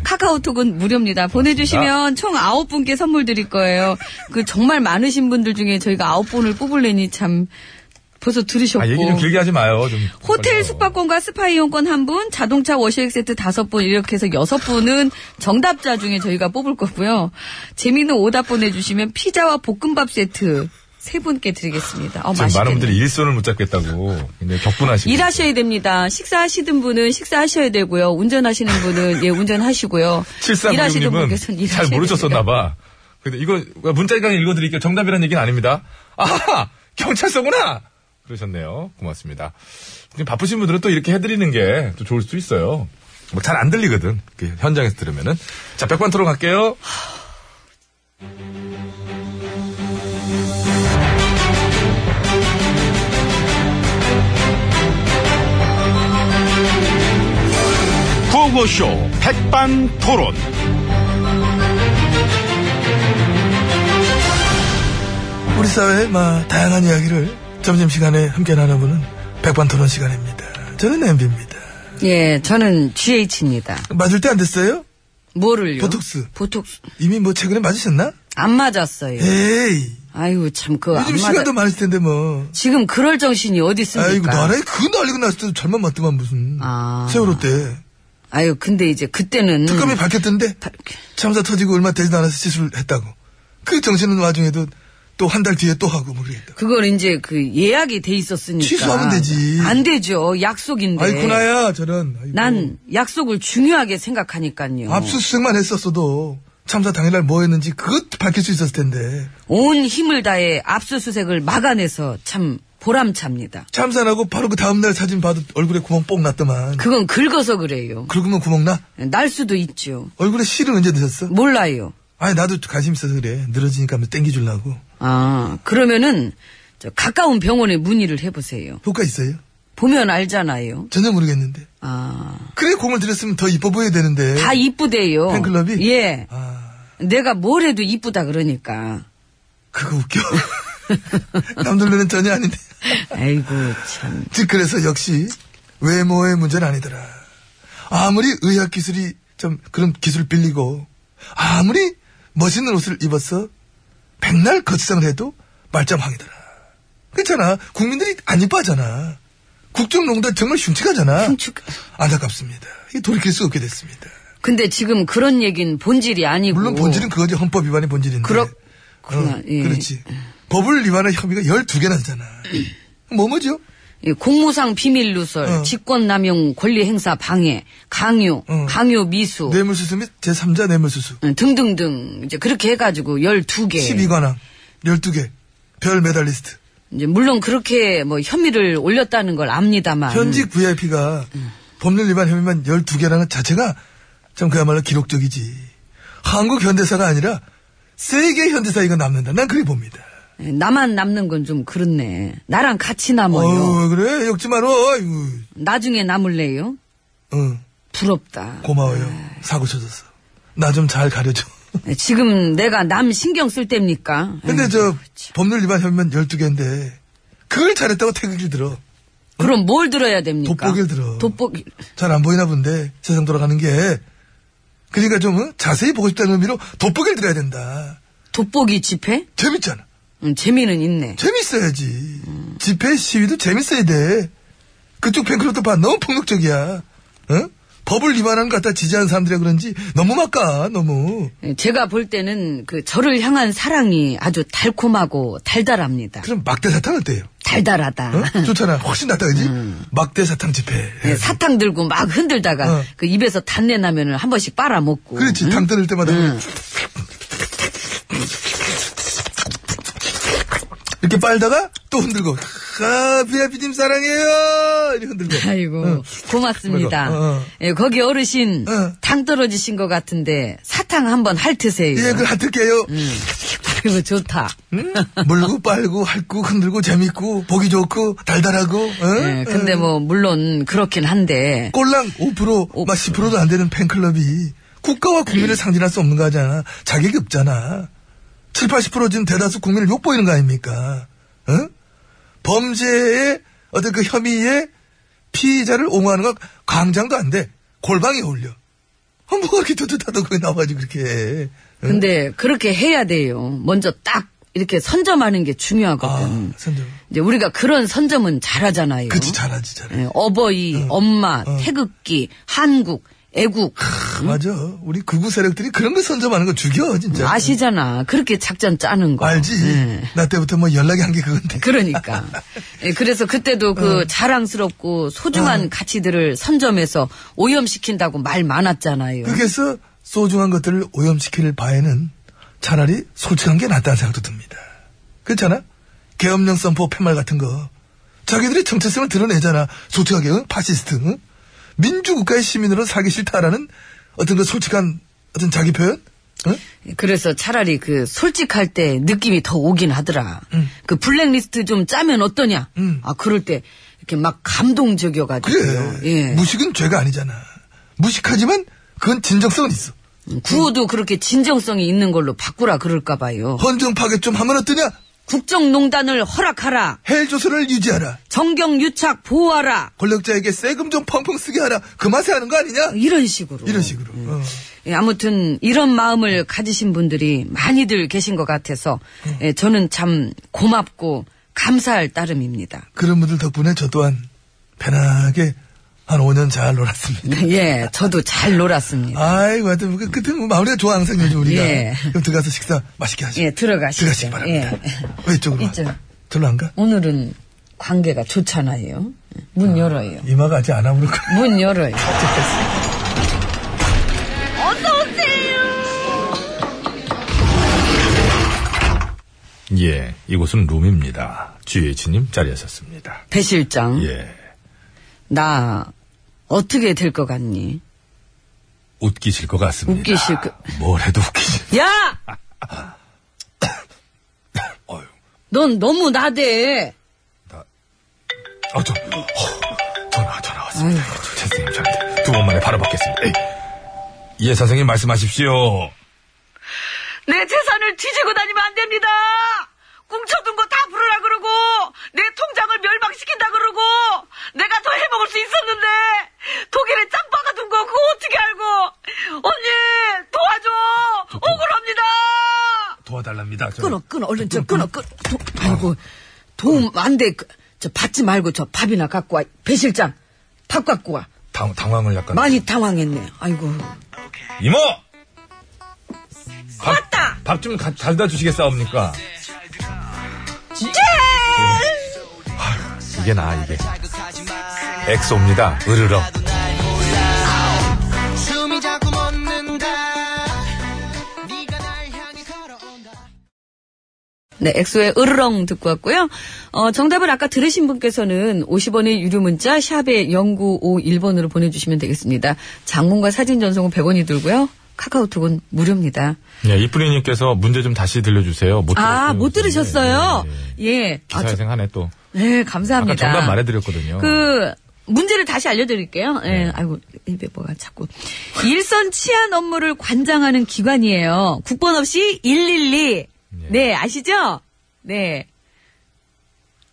Speaker 2: 카카오톡은 무료입니다. 보내주시면 총 9분께 선물 드릴 거예요. 그 정말 많으신 분들 중에 저희가 9분을 뽑으려니 참 벌써 들으셨고.
Speaker 1: 아, 얘기 좀 길게 하지 마요. 좀
Speaker 2: 호텔
Speaker 1: 빨리요.
Speaker 2: 숙박권과 스파 이용권 한 분, 자동차 워시액 세트 다섯 분 이렇게 해서 여섯 분은 정답자 중에 저희가 뽑을 거고요. 재미있는 오답 보내주시면 피자와 볶음밥 세트 세 분께 드리겠습니다. 어,
Speaker 1: 지금 많은 분들이
Speaker 2: 맛있겠네.
Speaker 1: 일손을 못 잡겠다고 굉장히 격분하시고
Speaker 2: 일하셔야 됩니다. 식사하시는 분은 식사하셔야 되고요. 운전하시는 분은 예 운전하시고요.
Speaker 1: 7396
Speaker 2: 일하시는
Speaker 1: 님은
Speaker 2: 분께서는
Speaker 1: 잘
Speaker 2: 일하셔야
Speaker 1: 모르셨었나
Speaker 2: 됩니다.
Speaker 1: 봐. 근데 이거 문자니까 읽어드릴게요. 정답이라는 얘기는 아닙니다. 아하! 경찰서구나! 그러셨네요. 고맙습니다. 지금 바쁘신 분들은 또 이렇게 해드리는 게 또 좋을 수도 있어요. 뭐 잘 안 들리거든. 이렇게 현장에서 들으면은. 자, 백반 토론 갈게요.
Speaker 5: 구호쇼 백반 토론.
Speaker 6: 우리 사회의 마, 다양한 이야기를 점심시간에 함께 나눠보는 백반토론 시간입니다. 저는 엠비입니다.
Speaker 2: 예, 저는 GH입니다.
Speaker 6: 맞을 때 안 됐어요?
Speaker 2: 뭐를요?
Speaker 6: 보톡스.
Speaker 2: 보톡스
Speaker 6: 이미 뭐 최근에 맞으셨나?
Speaker 2: 안 맞았어요.
Speaker 6: 에이
Speaker 2: 아이고 참 그 안
Speaker 6: 예. 요즘
Speaker 2: 예. 맞아.
Speaker 6: 시간도 많을 텐데 뭐.
Speaker 2: 지금 그럴 정신이 어디 있습니까?
Speaker 6: 아이고 나라에 그 난리가 났을 때도 잘만 맞더만 무슨.
Speaker 2: 아.
Speaker 6: 세월호 때.
Speaker 2: 아유, 근데 이제 그때는
Speaker 6: 특검이 밝혔던데
Speaker 2: 다-
Speaker 6: 참사 터지고 얼마 되지도 않아서 시술했다고. 그 정신은 와중에도 또 한 달 뒤에 또 하고 뭐 모르겠다.
Speaker 2: 그걸 이제 그 예약이 돼 있었으니까
Speaker 6: 취소하면 되지.
Speaker 2: 안 되죠. 약속인데.
Speaker 6: 아이 구나야 저런. 아이고.
Speaker 2: 네. 난 약속을 중요하게 생각하니까요.
Speaker 6: 압수수색만 했었어도 참사 당일날 뭐 했는지 그것 밝힐 수 있었을 텐데.
Speaker 2: 온 힘을 다해 압수수색을 막아내서 참 보람찹니다.
Speaker 6: 참산하고 바로 그 다음날 사진 봐도 얼굴에 구멍 뽕 났더만.
Speaker 2: 그건 긁어서 그래요.
Speaker 6: 긁으면 구멍 나?
Speaker 2: 날 수도 있죠.
Speaker 6: 얼굴에 실은 언제 드셨어?
Speaker 2: 몰라요.
Speaker 6: 아니, 나도 관심 있어서 그래. 늘어지니까 한번 땡겨주려고.
Speaker 2: 아, 그러면은 저 가까운 병원에 문의를 해보세요.
Speaker 6: 효과 있어요?
Speaker 2: 보면 알잖아요.
Speaker 6: 전혀 모르겠는데.
Speaker 2: 아,
Speaker 6: 그래, 공을 들였으면 더 이뻐 보여야 되는데.
Speaker 2: 다 이쁘대요.
Speaker 6: 네. 팬클럽이?
Speaker 2: 예.
Speaker 6: 아,
Speaker 2: 내가 뭘 해도 이쁘다 그러니까.
Speaker 6: 그거 웃겨. 남들 눈엔 전혀 아닌데.
Speaker 2: 아이고, 참.
Speaker 6: 즉, 그래서 역시 외모의 문제는 아니더라. 아무리 의학 기술이 좀 그런 기술 빌리고, 아무리 멋있는 옷을 입었어, 백날 거치장을 해도 말짱황이더라. 그렇잖아. 국민들이 안 이뻐하잖아. 국정농단 정말 흉측하잖아.
Speaker 2: 흉측.
Speaker 6: 안타깝습니다. 이게 돌이킬 수 없게 됐습니다.
Speaker 2: 근데 지금 그런 얘기는 본질이 아니고.
Speaker 6: 물론 본질은 그거지. 헌법 위반의 본질인데.
Speaker 2: 그렇-
Speaker 6: 어,
Speaker 2: 그렇구나. 예.
Speaker 6: 그렇지. 법을 위반한 혐의가 12개나 되잖아. 뭐 뭐죠?
Speaker 2: 예, 공무상 비밀 누설,
Speaker 6: 어.
Speaker 2: 직권남용 권리행사 방해, 강요,
Speaker 6: 어.
Speaker 2: 강요 미수
Speaker 6: 뇌물수수 및 제3자 뇌물수수.
Speaker 2: 예, 등등등 이제 그렇게 해가지고 12개.
Speaker 6: 12관왕, 12개, 별 메달리스트.
Speaker 2: 이제 물론 그렇게 뭐 혐의를 올렸다는 걸 압니다만.
Speaker 6: 현직 VIP가
Speaker 2: 음.
Speaker 6: 법률 위반 혐의만 12개라는 자체가 참 그야말로 기록적이지. 한국 현대사가 아니라 세계 현대사 이거 남는다. 난 그렇게 봅니다.
Speaker 2: 예, 나만 남는 건 좀 그렇네. 나랑 같이 남아요.
Speaker 6: 어유 그래 욕지 마라. 아이고.
Speaker 2: 나중에 남을래요?
Speaker 6: 응
Speaker 2: 부럽다. 네.
Speaker 6: 고마워요. 사고 쳐줘서 나 좀 잘 가려줘.
Speaker 2: 예, 지금 내가 남 신경 쓸 때입니까?
Speaker 6: 근데
Speaker 2: 아이고,
Speaker 6: 저
Speaker 2: 참.
Speaker 6: 법률 위반 혐의만 12개인데 그걸 잘했다고 태극기를 들어.
Speaker 2: 그럼 뭘 들어야 됩니까?
Speaker 6: 돋보기를 들어.
Speaker 2: 돋보기.
Speaker 6: 잘 안 보이나 본데 세상 돌아가는 게 그러니까 좀 응? 자세히 보고 싶다는 의미로 돋보기를 들어야 된다
Speaker 2: 돋보기 집회?
Speaker 6: 재밌잖아
Speaker 2: 음, 재미는 있네.
Speaker 6: 재밌어야지 집회 시위도 재밌어야 돼 그쪽 팬클럽도 봐 너무 폭력적이야 응? 법을 위반하는 것 같다 지지하는 사람들이 그런지 너무 막가 너무
Speaker 2: 예, 제가 볼 때는 그 저를 향한 사랑이 아주 달콤하고 달달합니다.
Speaker 6: 그럼 막대사탕 어때요?
Speaker 2: 달달하다.
Speaker 6: 응? 좋잖아 훨씬 낫다 그지? 막대사탕 집회
Speaker 2: 예, 사탕 들고 막 흔들다가
Speaker 6: 어.
Speaker 2: 그 입에서 단내 나면은 한 번씩 빨아 먹고.
Speaker 6: 그렇지 당 떠들 때마다
Speaker 2: 음.
Speaker 6: 이렇게 빨다가 또 흔들고 아 비아비님 사랑해요 이렇게 흔들고
Speaker 2: 아이고
Speaker 6: 응.
Speaker 2: 고맙습니다.
Speaker 6: 어, 어.
Speaker 2: 예, 거기 어르신
Speaker 6: 어.
Speaker 2: 당 떨어지신 것 같은데 사탕 한번 핥으세요.
Speaker 6: 예, 그 어? 핫을게요.
Speaker 2: 음.
Speaker 6: 음?
Speaker 2: 그리고 좋다.
Speaker 6: 물고 빨고 핥고 흔들고 재밌고 보기 좋고 달달하고. 어? 응?
Speaker 2: 예, 근데
Speaker 6: 응.
Speaker 2: 뭐 물론 그렇긴 한데
Speaker 6: 꼴랑 5%, 막 10%도 안 되는 팬클럽이 국가와 국민을 상징할 수 없는 거 하잖아. 자격이 없잖아. 7, 80% 지금 대다수 국민을 욕보이는 거 아닙니까? 응? 범죄의 어떤 그 혐의에 피의자를 옹호하는 건 광장도 안 돼. 골방에 올려. 아, 뭐가 이렇게 뚜뚜하다고 거기 나와가지고 그렇게 해. 응?
Speaker 2: 근데 그렇게 해야 돼요. 먼저 딱 이렇게 선점하는 게
Speaker 6: 아,
Speaker 2: 중요하거든.
Speaker 6: 선정.
Speaker 2: 이제 우리가 그런 선점은 잘하잖아요.
Speaker 6: 그치, 잘하지, 잘해.
Speaker 2: 예, 어버이, 엄마,
Speaker 6: 어.
Speaker 2: 태극기, 한국, 애국
Speaker 6: 크, 맞아. 우리 극우 세력들이 그런 거 선점하는 거 죽여, 진짜.
Speaker 2: 음. 아시잖아. 그렇게 작전 짜는 거.
Speaker 6: 알지?
Speaker 2: 예.
Speaker 6: 나 때부터 뭐 연락이 한 게 그건데.
Speaker 2: 그러니까. 예, 그래서 그때도 그 자랑스럽고 소중한 가치들을 선점해서 오염시킨다고 말 많았잖아요.
Speaker 6: 예. 그래서 소중한 것들을 오염시킬 바에는 차라리 솔직한 게 낫다는 생각도 듭니다. 그렇잖아? 계엄령 선포 팻말 같은 거. 자기들의 정체성을 드러내잖아. 솔직하게, 응? 파시스트, 응? 민주국가의 시민으로 살기 싫다라는 어떤 그 솔직한 어떤 자기 표현? 응?
Speaker 2: 그래서 차라리 그 솔직할 때 느낌이 더 오긴 하더라. 그 블랙리스트 좀 짜면 어떠냐?
Speaker 6: 음.
Speaker 2: 아, 그럴 때 이렇게 막 감동적이어가지고.
Speaker 6: 그래.
Speaker 2: 예.
Speaker 6: 무식은 죄가 아니잖아. 무식하지만 그건 진정성은 있어.
Speaker 2: 구호도 그렇게 진정성이 있는 걸로 바꾸라 그럴까봐요.
Speaker 6: 헌정 파괴 좀 하면 어떠냐?
Speaker 2: 국정농단을 허락하라.
Speaker 6: 헬 조선을 유지하라.
Speaker 2: 정경유착 보호하라.
Speaker 6: 권력자에게 세금 좀 펑펑 쓰게 하라. 그 맛에 하는 거 아니냐?
Speaker 2: 이런 식으로.
Speaker 6: 이런 식으로. 어.
Speaker 2: 예, 아무튼 이런 마음을 가지신 분들이 많이들 계신 것 같아서
Speaker 6: 음.
Speaker 2: 예, 저는 참 고맙고 감사할 따름입니다.
Speaker 6: 그런 분들 덕분에 저 또한 편하게 한 5년 잘 놀았습니다.
Speaker 2: 예, 저도 잘 놀았습니다.
Speaker 6: 아이고, 하여튼, 그, 끝에 뭐 마무리가 좋아, 항상 요즘 우리가.
Speaker 2: 예.
Speaker 6: 그럼 들어가서 식사 맛있게 하시죠.
Speaker 2: 예, 들어가시죠.
Speaker 6: 들어가시기 바랍니다.
Speaker 2: 예.
Speaker 6: 왜 이쪽으로? 와?
Speaker 2: 이쪽.
Speaker 6: 절로 안 가?
Speaker 2: 오늘은 관계가 좋잖아요. 문 열어요.
Speaker 6: 이마가 아직 안 아무렇고.
Speaker 2: 문 열어요.
Speaker 1: 예, 이곳은 룸입니다. GH님 자리하셨습니다.
Speaker 2: 배 실장,
Speaker 1: 예,
Speaker 2: 나 어떻게 될 것 같니?
Speaker 1: 웃기실 것 같습니다.
Speaker 2: 웃기실 것-
Speaker 1: 뭘 해도 웃기실.
Speaker 2: 야!
Speaker 1: 어휴,
Speaker 2: 넌 너무 나대.
Speaker 1: 아, 저, 허, 전화, 전화 왔습니다. 선생님, 저한테 두 번만에 바로 받겠습니다. 에이. 예, 선생님 말씀하십시오.
Speaker 7: 내 재산을 뒤지고 다니면 안 됩니다. 꽁쳐둔 거 다 부르라 그러고 내 통장을 멸망시킨다 그러고 내가 더 해먹을 수 있었는데 독일에 짬 박아둔 거 그거 어떻게 알고 언니 도와줘 억울합니다.
Speaker 1: 도와달랍니다. 저.
Speaker 2: 끊어, 끊어, 얼른 저 네. 끊어, 끊어. 도, 아이고, 도움 안 돼. 그, 저 받지 말고 저 밥이나 갖고 와. 배 실장, 밥 갖고 와.
Speaker 1: 당, 당황을 약간.
Speaker 2: 많이 당황했네. 아이고.
Speaker 1: 이모! 밥, 맞다! 밥 좀 가져다 주시겠사옵니까? 예! 이게 나, 이게. 엑소입니다. 으르렁.
Speaker 4: 숨이 자꾸 멎는다 네가 날 향해 걸어온다
Speaker 2: 네, 엑소의 으르렁 듣고 왔고요. 어, 정답을 아까 들으신 분께서는 50원의 유료 문자 샵에 0951번으로 보내주시면 되겠습니다. 장문과 사진 전송은 100원이 들고요. 카카오톡은 무료입니다.
Speaker 1: 예, 이쁜이님께서 문제 좀 다시 들려주세요. 못
Speaker 2: 아, 못 들으셨어요?
Speaker 1: 예, 예, 예.
Speaker 2: 예. 아, 저-
Speaker 1: 기사회생 하네, 또.
Speaker 2: 네,
Speaker 1: 아까
Speaker 2: 감사합니다.
Speaker 1: 정답 말해드렸거든요.
Speaker 2: 그 문제를 다시 알려드릴게요. 예,
Speaker 1: 네.
Speaker 2: 아이고 입에 뭐가 자꾸 일선 치안 업무를 관장하는 기관이에요. 국번 없이 112.
Speaker 1: 예.
Speaker 2: 네, 아시죠? 네.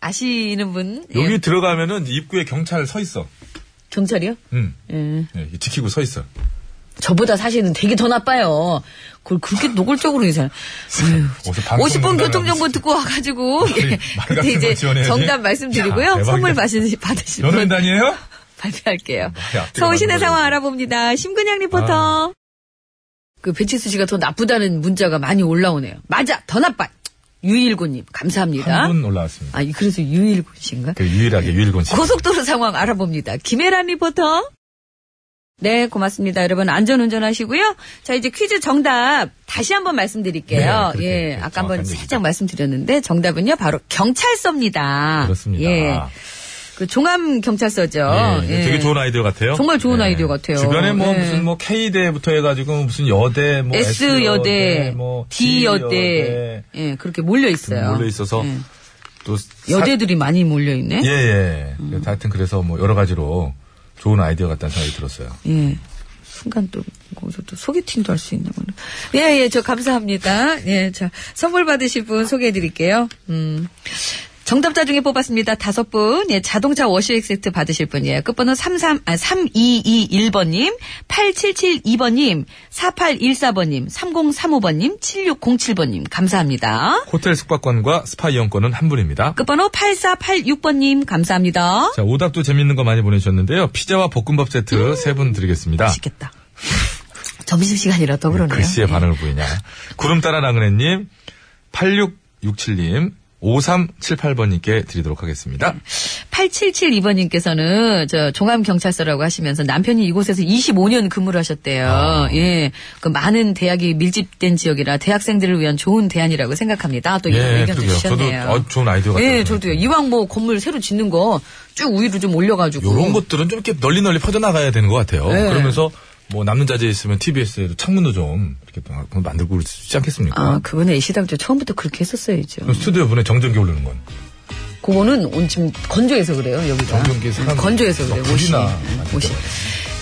Speaker 2: 아시는 분? 예,
Speaker 1: 여기 들어가면은 입구에 경찰 서 있어.
Speaker 2: 경찰이요?
Speaker 1: 응.
Speaker 2: 예.
Speaker 1: 예, 지키고 서 있어.
Speaker 2: 저보다 사실은 되게 더 나빠요. 그걸 그렇게 노골적으로 인사를.
Speaker 1: 어디서 네. 방송
Speaker 2: 50분
Speaker 1: 논란을
Speaker 2: 교통정보
Speaker 1: 하고
Speaker 2: 듣고 와가지고.
Speaker 1: 아니,
Speaker 2: 예,
Speaker 1: 말
Speaker 2: 그때
Speaker 1: 같은
Speaker 2: 이제
Speaker 1: 걸 지원해야지.
Speaker 2: 정답 말씀드리고요.
Speaker 1: 야, 대박이다.
Speaker 2: 선물 받으시, 받으신 분.
Speaker 1: 연예인단이에요?
Speaker 2: 발표할게요.
Speaker 1: 말이 앞뒤로
Speaker 2: 서울 시내
Speaker 1: 맞는 아.
Speaker 2: 상황
Speaker 1: 거죠.
Speaker 2: 알아봅니다. 심근양 리포터. 그 배치수 씨가 더 나쁘다는 문자가 많이 올라오네요. 맞아, 더 나빠. 유일구님 감사합니다.
Speaker 1: 한 분 올라왔습니다.
Speaker 2: 아, 이- 그래서 유일구 씨인가?
Speaker 1: 그 유일하게 유일곤 씨.
Speaker 2: 고속도로 상황 알아봅니다. 김혜란 리포터. 네, 고맙습니다. 여러분 안전 운전하시고요. 자, 이제 퀴즈 정답 다시 한번 말씀드릴게요.
Speaker 1: 네, 그렇게,
Speaker 2: 예,
Speaker 1: 그렇게
Speaker 2: 아까 한번
Speaker 1: 정확한
Speaker 2: 살짝 말씀드렸는데 정답은요, 바로 경찰서입니다.
Speaker 1: 그렇습니다.
Speaker 2: 예, 그 종암 경찰서죠.
Speaker 1: 예, 되게 좋은 아이디어 같아요. 예.
Speaker 2: 정말 좋은 아이디어 같아요.
Speaker 1: 주변에 뭐
Speaker 2: 예.
Speaker 1: 무슨 뭐 K대부터 해가지고 무슨 여대, 뭐
Speaker 2: S 여대, D 여대, 예, 그렇게 몰려 있어요.
Speaker 1: 음, 몰려 있어서
Speaker 2: 예.
Speaker 1: 또
Speaker 2: 여대들이 음. 많이 몰려 있네.
Speaker 1: 사... 예, 예. 그래서 하여튼 그래서 뭐 여러 가지로 좋은 아이디어 같다는 생각이 들었어요.
Speaker 2: 예. 순간 또, 거기서 또 소개팅도 할 수 있는 거는. 예, 예, 저 감사합니다. 예, 자, 선물 받으실 분 소개해 드릴게요. 음. 정답자 중에 뽑았습니다. 다섯 분. 예, 자동차 워시액 세트 받으실 분이에요. 예, 끝번호 33, 아, 3221번님, 8772번님, 4814번님, 3035번님, 7607번님. 감사합니다.
Speaker 1: 호텔 숙박권과 스파 이용권은 한 분입니다.
Speaker 2: 끝번호 8486번님. 감사합니다.
Speaker 1: 자, 오답도 재밌는 거 많이 보내주셨는데요. 피자와 볶음밥 세트 세 분 드리겠습니다.
Speaker 2: 맛있겠다. 점심시간이라 더 그러네요.
Speaker 1: 글씨의 반응을 보이냐. 구름 따라 나그네님, 8667님, 5378번님께 드리도록 하겠습니다.
Speaker 2: 8772번님께서는 저 종암경찰서라고 하시면서 남편이 이곳에서 25년 근무를 하셨대요.
Speaker 1: 아.
Speaker 2: 예. 그 많은 대학이 밀집된 지역이라 대학생들을 위한 좋은 대안이라고 생각합니다. 또 이런 의견도
Speaker 1: 예, 그러게요. 저도
Speaker 2: 주셨네요.
Speaker 1: 어, 좋은 아이디어 같아요.
Speaker 2: 예, 저도요. 이왕 뭐 건물 새로 짓는 거 쭉 우위로 좀 올려가지고.
Speaker 1: 요런 것들은 좀 이렇게 널리 널리 퍼져나가야 되는 것 같아요.
Speaker 2: 네.
Speaker 1: 그러면서 뭐 남는 자재 있으면 TBS에도 창문도 좀 이렇게 또 한번 만들고 그러지 않겠습니까?
Speaker 2: 아, 그거는 애시당초 처음부터 그렇게 했었어야죠.
Speaker 1: 그럼 스튜디오 분에 정전기 오르는 건.
Speaker 2: 그거는 온 지금 건조해서 그래요, 여기가.
Speaker 1: 정전기 사람
Speaker 2: 건조해서 그래요, 옷이.
Speaker 1: 불이나
Speaker 2: 옷이.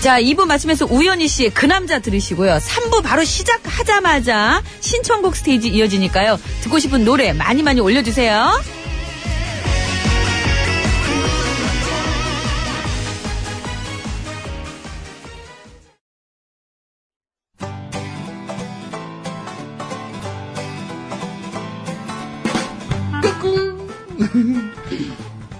Speaker 2: 자, 2부 마치면서 우연희 씨의 그 남자 들으시고요. 3부 바로 시작하자마자 신청곡 스테이지 이어지니까요. 듣고 싶은 노래 많이 많이 올려주세요.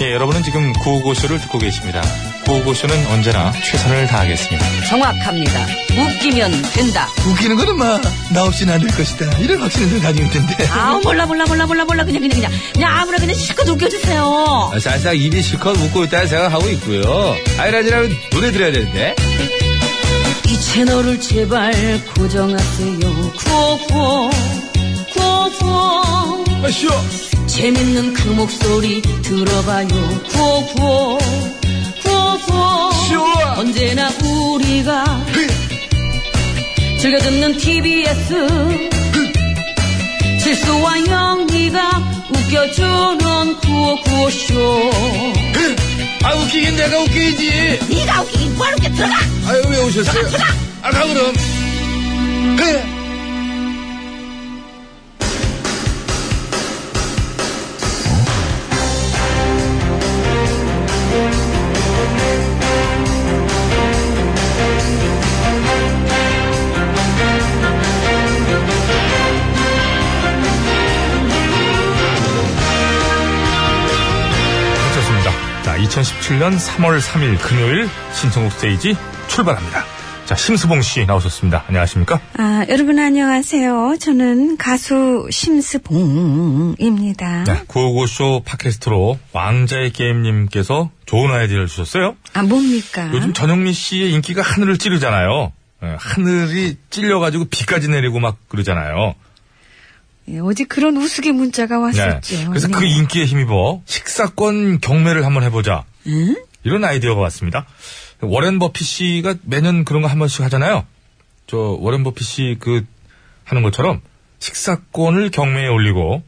Speaker 1: 예, 여러분은 지금 구호고쇼를 듣고 계십니다. 구호고쇼는 언제나 최선을 다하겠습니다.
Speaker 8: 정확합니다. 웃기면 된다.
Speaker 6: 웃기는 거는 막 나 없이는 안 될 것이다. 이런 확신을 늘 가지고 있던데.
Speaker 8: 아 몰라 몰라 몰라 몰라 몰라 그냥 그냥 그냥 그냥 아무나 그냥 실컷 웃겨주세요.
Speaker 1: 사실상 아, 입이 실컷 웃고 있다는 생각하고 있고요. 아이라지라면 노래 들어야 되는데.
Speaker 8: 이 채널을 제발 고정하세요. 구호 구호 구호 구호
Speaker 1: 아, 쉬워.
Speaker 8: 재밌는 그 목소리 들어봐요. 구호 구호 구호 구호 언제나 우리가 즐겨 듣는 TBS 실수와 영리가 웃겨주는 구호 구호 쇼.
Speaker 1: 아, 웃기긴 내가 웃기지.
Speaker 8: 네가 웃기긴 뭘 웃겨 들어가
Speaker 1: 아유, 왜 오셨어요? 아, 가, 그럼.
Speaker 6: 네.
Speaker 1: 좋습니다. 자, 2017년 3월 3일 금요일 신청곡 스테이지 출발합니다. 자, 심수봉 씨 나오셨습니다. 안녕하십니까?
Speaker 2: 아, 여러분 안녕하세요. 저는 가수 심스봉입니다.
Speaker 1: 네, 구호고쇼 팟캐스트로 왕자의 게임님께서 좋은 아이디어를 주셨어요.
Speaker 2: 아, 뭡니까?
Speaker 1: 요즘 전영미 씨의 인기가 하늘을 찌르잖아요. 예, 하늘이 찔려가지고 비까지 내리고 막 그러잖아요.
Speaker 2: 예, 어제 그런 우스개 문자가
Speaker 1: 네.
Speaker 2: 왔었죠.
Speaker 1: 그래서
Speaker 2: 네.
Speaker 1: 그 인기에 힘입어 식사권 경매를 한번 해보자. 이런 아이디어가 왔습니다. 워렌 버핏 씨가 매년 그런 거 한 번씩 하잖아요. 저 워렌 버핏 씨 그 하는 것처럼 식사권을 경매에 올리고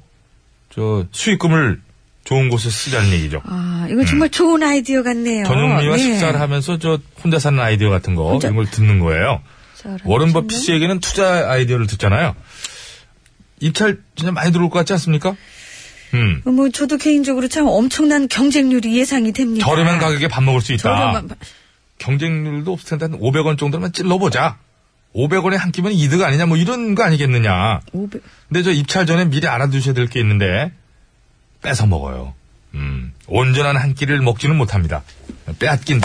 Speaker 1: 저 수익금을 좋은 곳에 쓰자는 얘기죠. 음.
Speaker 2: 아, 이거 정말 좋은 아이디어 같네요.
Speaker 1: 전영미와
Speaker 2: 네.
Speaker 1: 식사를 하면서 저 혼자 사는 아이디어 같은 거 이런 걸 듣는 거예요.
Speaker 2: 식사를
Speaker 1: 워렌
Speaker 2: 하면서.
Speaker 1: 버핏 씨에게는 투자 아이디어를 듣잖아요. 입찰 진짜 많이 들어올 것 같지 않습니까? 음.
Speaker 2: 뭐 저도 개인적으로 참 엄청난 경쟁률이 예상이 됩니다.
Speaker 1: 저렴한 가격에 밥 먹을 수 있다.
Speaker 2: 저렴한 바-
Speaker 1: 경쟁률도 없을 텐데 한 500원 정도만 찔러보자. 500원에 한 끼면 이득 아니냐 뭐 이런 거 아니겠느냐.
Speaker 2: 오백-
Speaker 1: 근데 저 입찰 전에 미리 알아두셔야 될 게 있는데 뺏어 먹어요. 음, 온전한 한 끼를 먹지는 못합니다. 빼앗긴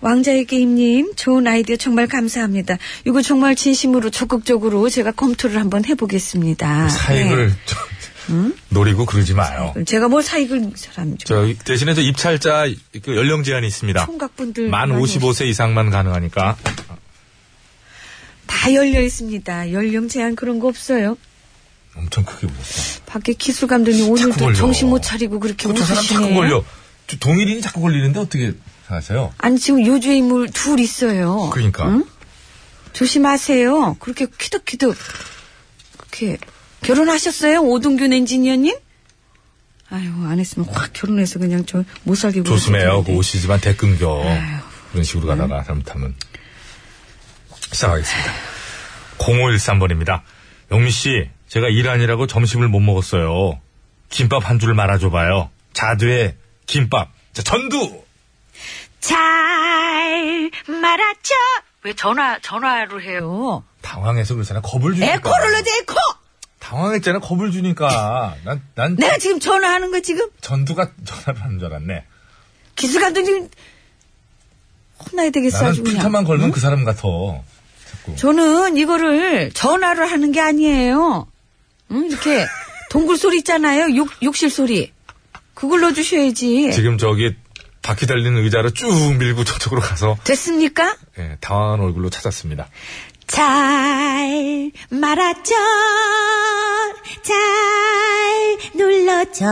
Speaker 2: 왕자의 게임님 좋은 아이디어 정말 감사합니다. 이거 정말 진심으로 적극적으로 제가 검토를 한번 해보겠습니다.
Speaker 1: 그 사익을 좀 노리고 그러지 마요.
Speaker 2: 네. 제가 뭘 사익을 사람 좀
Speaker 1: 저 대신에 저 입찰자 그 연령 제한이 있습니다.
Speaker 2: 총각분들
Speaker 1: 만
Speaker 2: 많이
Speaker 1: 55세 이상만 가능하니까
Speaker 2: 다 열려 있습니다. 연령 제한 그런 거 없어요.
Speaker 1: 엄청 크게 웃었어.
Speaker 2: 밖에 기술 감독님
Speaker 1: 자꾸
Speaker 2: 오늘도
Speaker 1: 걸려.
Speaker 2: 정신 못 차리고 그렇게
Speaker 1: 그저 사람 자꾸
Speaker 2: 웃으시네요.
Speaker 1: 걸려. 저 동일인이 자꾸 걸리는데 어떻게 생각하세요?
Speaker 2: 아니 지금 요주의 인물 둘 있어요.
Speaker 1: 그러니까.
Speaker 2: 조심하세요. 그렇게 키득키득 그렇게 결혼하셨어요, 오동균 엔지니어님? 아유 안 했으면 확 결혼해서 그냥 저 못 살게
Speaker 1: 조심해요. 그
Speaker 2: 고
Speaker 1: 옷이지만 대끈겨.
Speaker 2: 아유.
Speaker 1: 그런 식으로
Speaker 2: 네.
Speaker 1: 가다가 잘못하면. 시작하겠습니다. 0513번입니다. 영미 씨, 제가 일 아니라고 점심을 못 먹었어요. 김밥 한 줄 말아줘봐요. 자두에 김밥. 자, 전두!
Speaker 2: 잘 말았죠? 왜 전화 전화를 해요?
Speaker 1: 당황해서 그러잖아. 겁을 주니까.
Speaker 2: 에코를 넣어 에코.
Speaker 1: 당황했잖아. 겁을 주니까. 난, 난
Speaker 2: 내가 지금 전화하는 거 지금
Speaker 1: 전두가 전화를 하는 줄 알았네.
Speaker 2: 기술 감독님 혼나야 되겠어
Speaker 1: 나는
Speaker 2: 아주 그냥.
Speaker 1: 필터만 걸면 그 사람 같아. 자꾸.
Speaker 2: 저는 이거를 전화로 하는 게 아니에요. 응? 이렇게 동굴 소리 있잖아요. 욕, 욕실 소리. 그걸 넣어주셔야지.
Speaker 1: 지금 저기 바퀴 달리는 의자로 쭉 밀고 저쪽으로 가서
Speaker 2: 됐습니까?
Speaker 1: 예, 당황한 얼굴로 찾았습니다.
Speaker 2: 잘 말았죠. 잘 눌렀죠.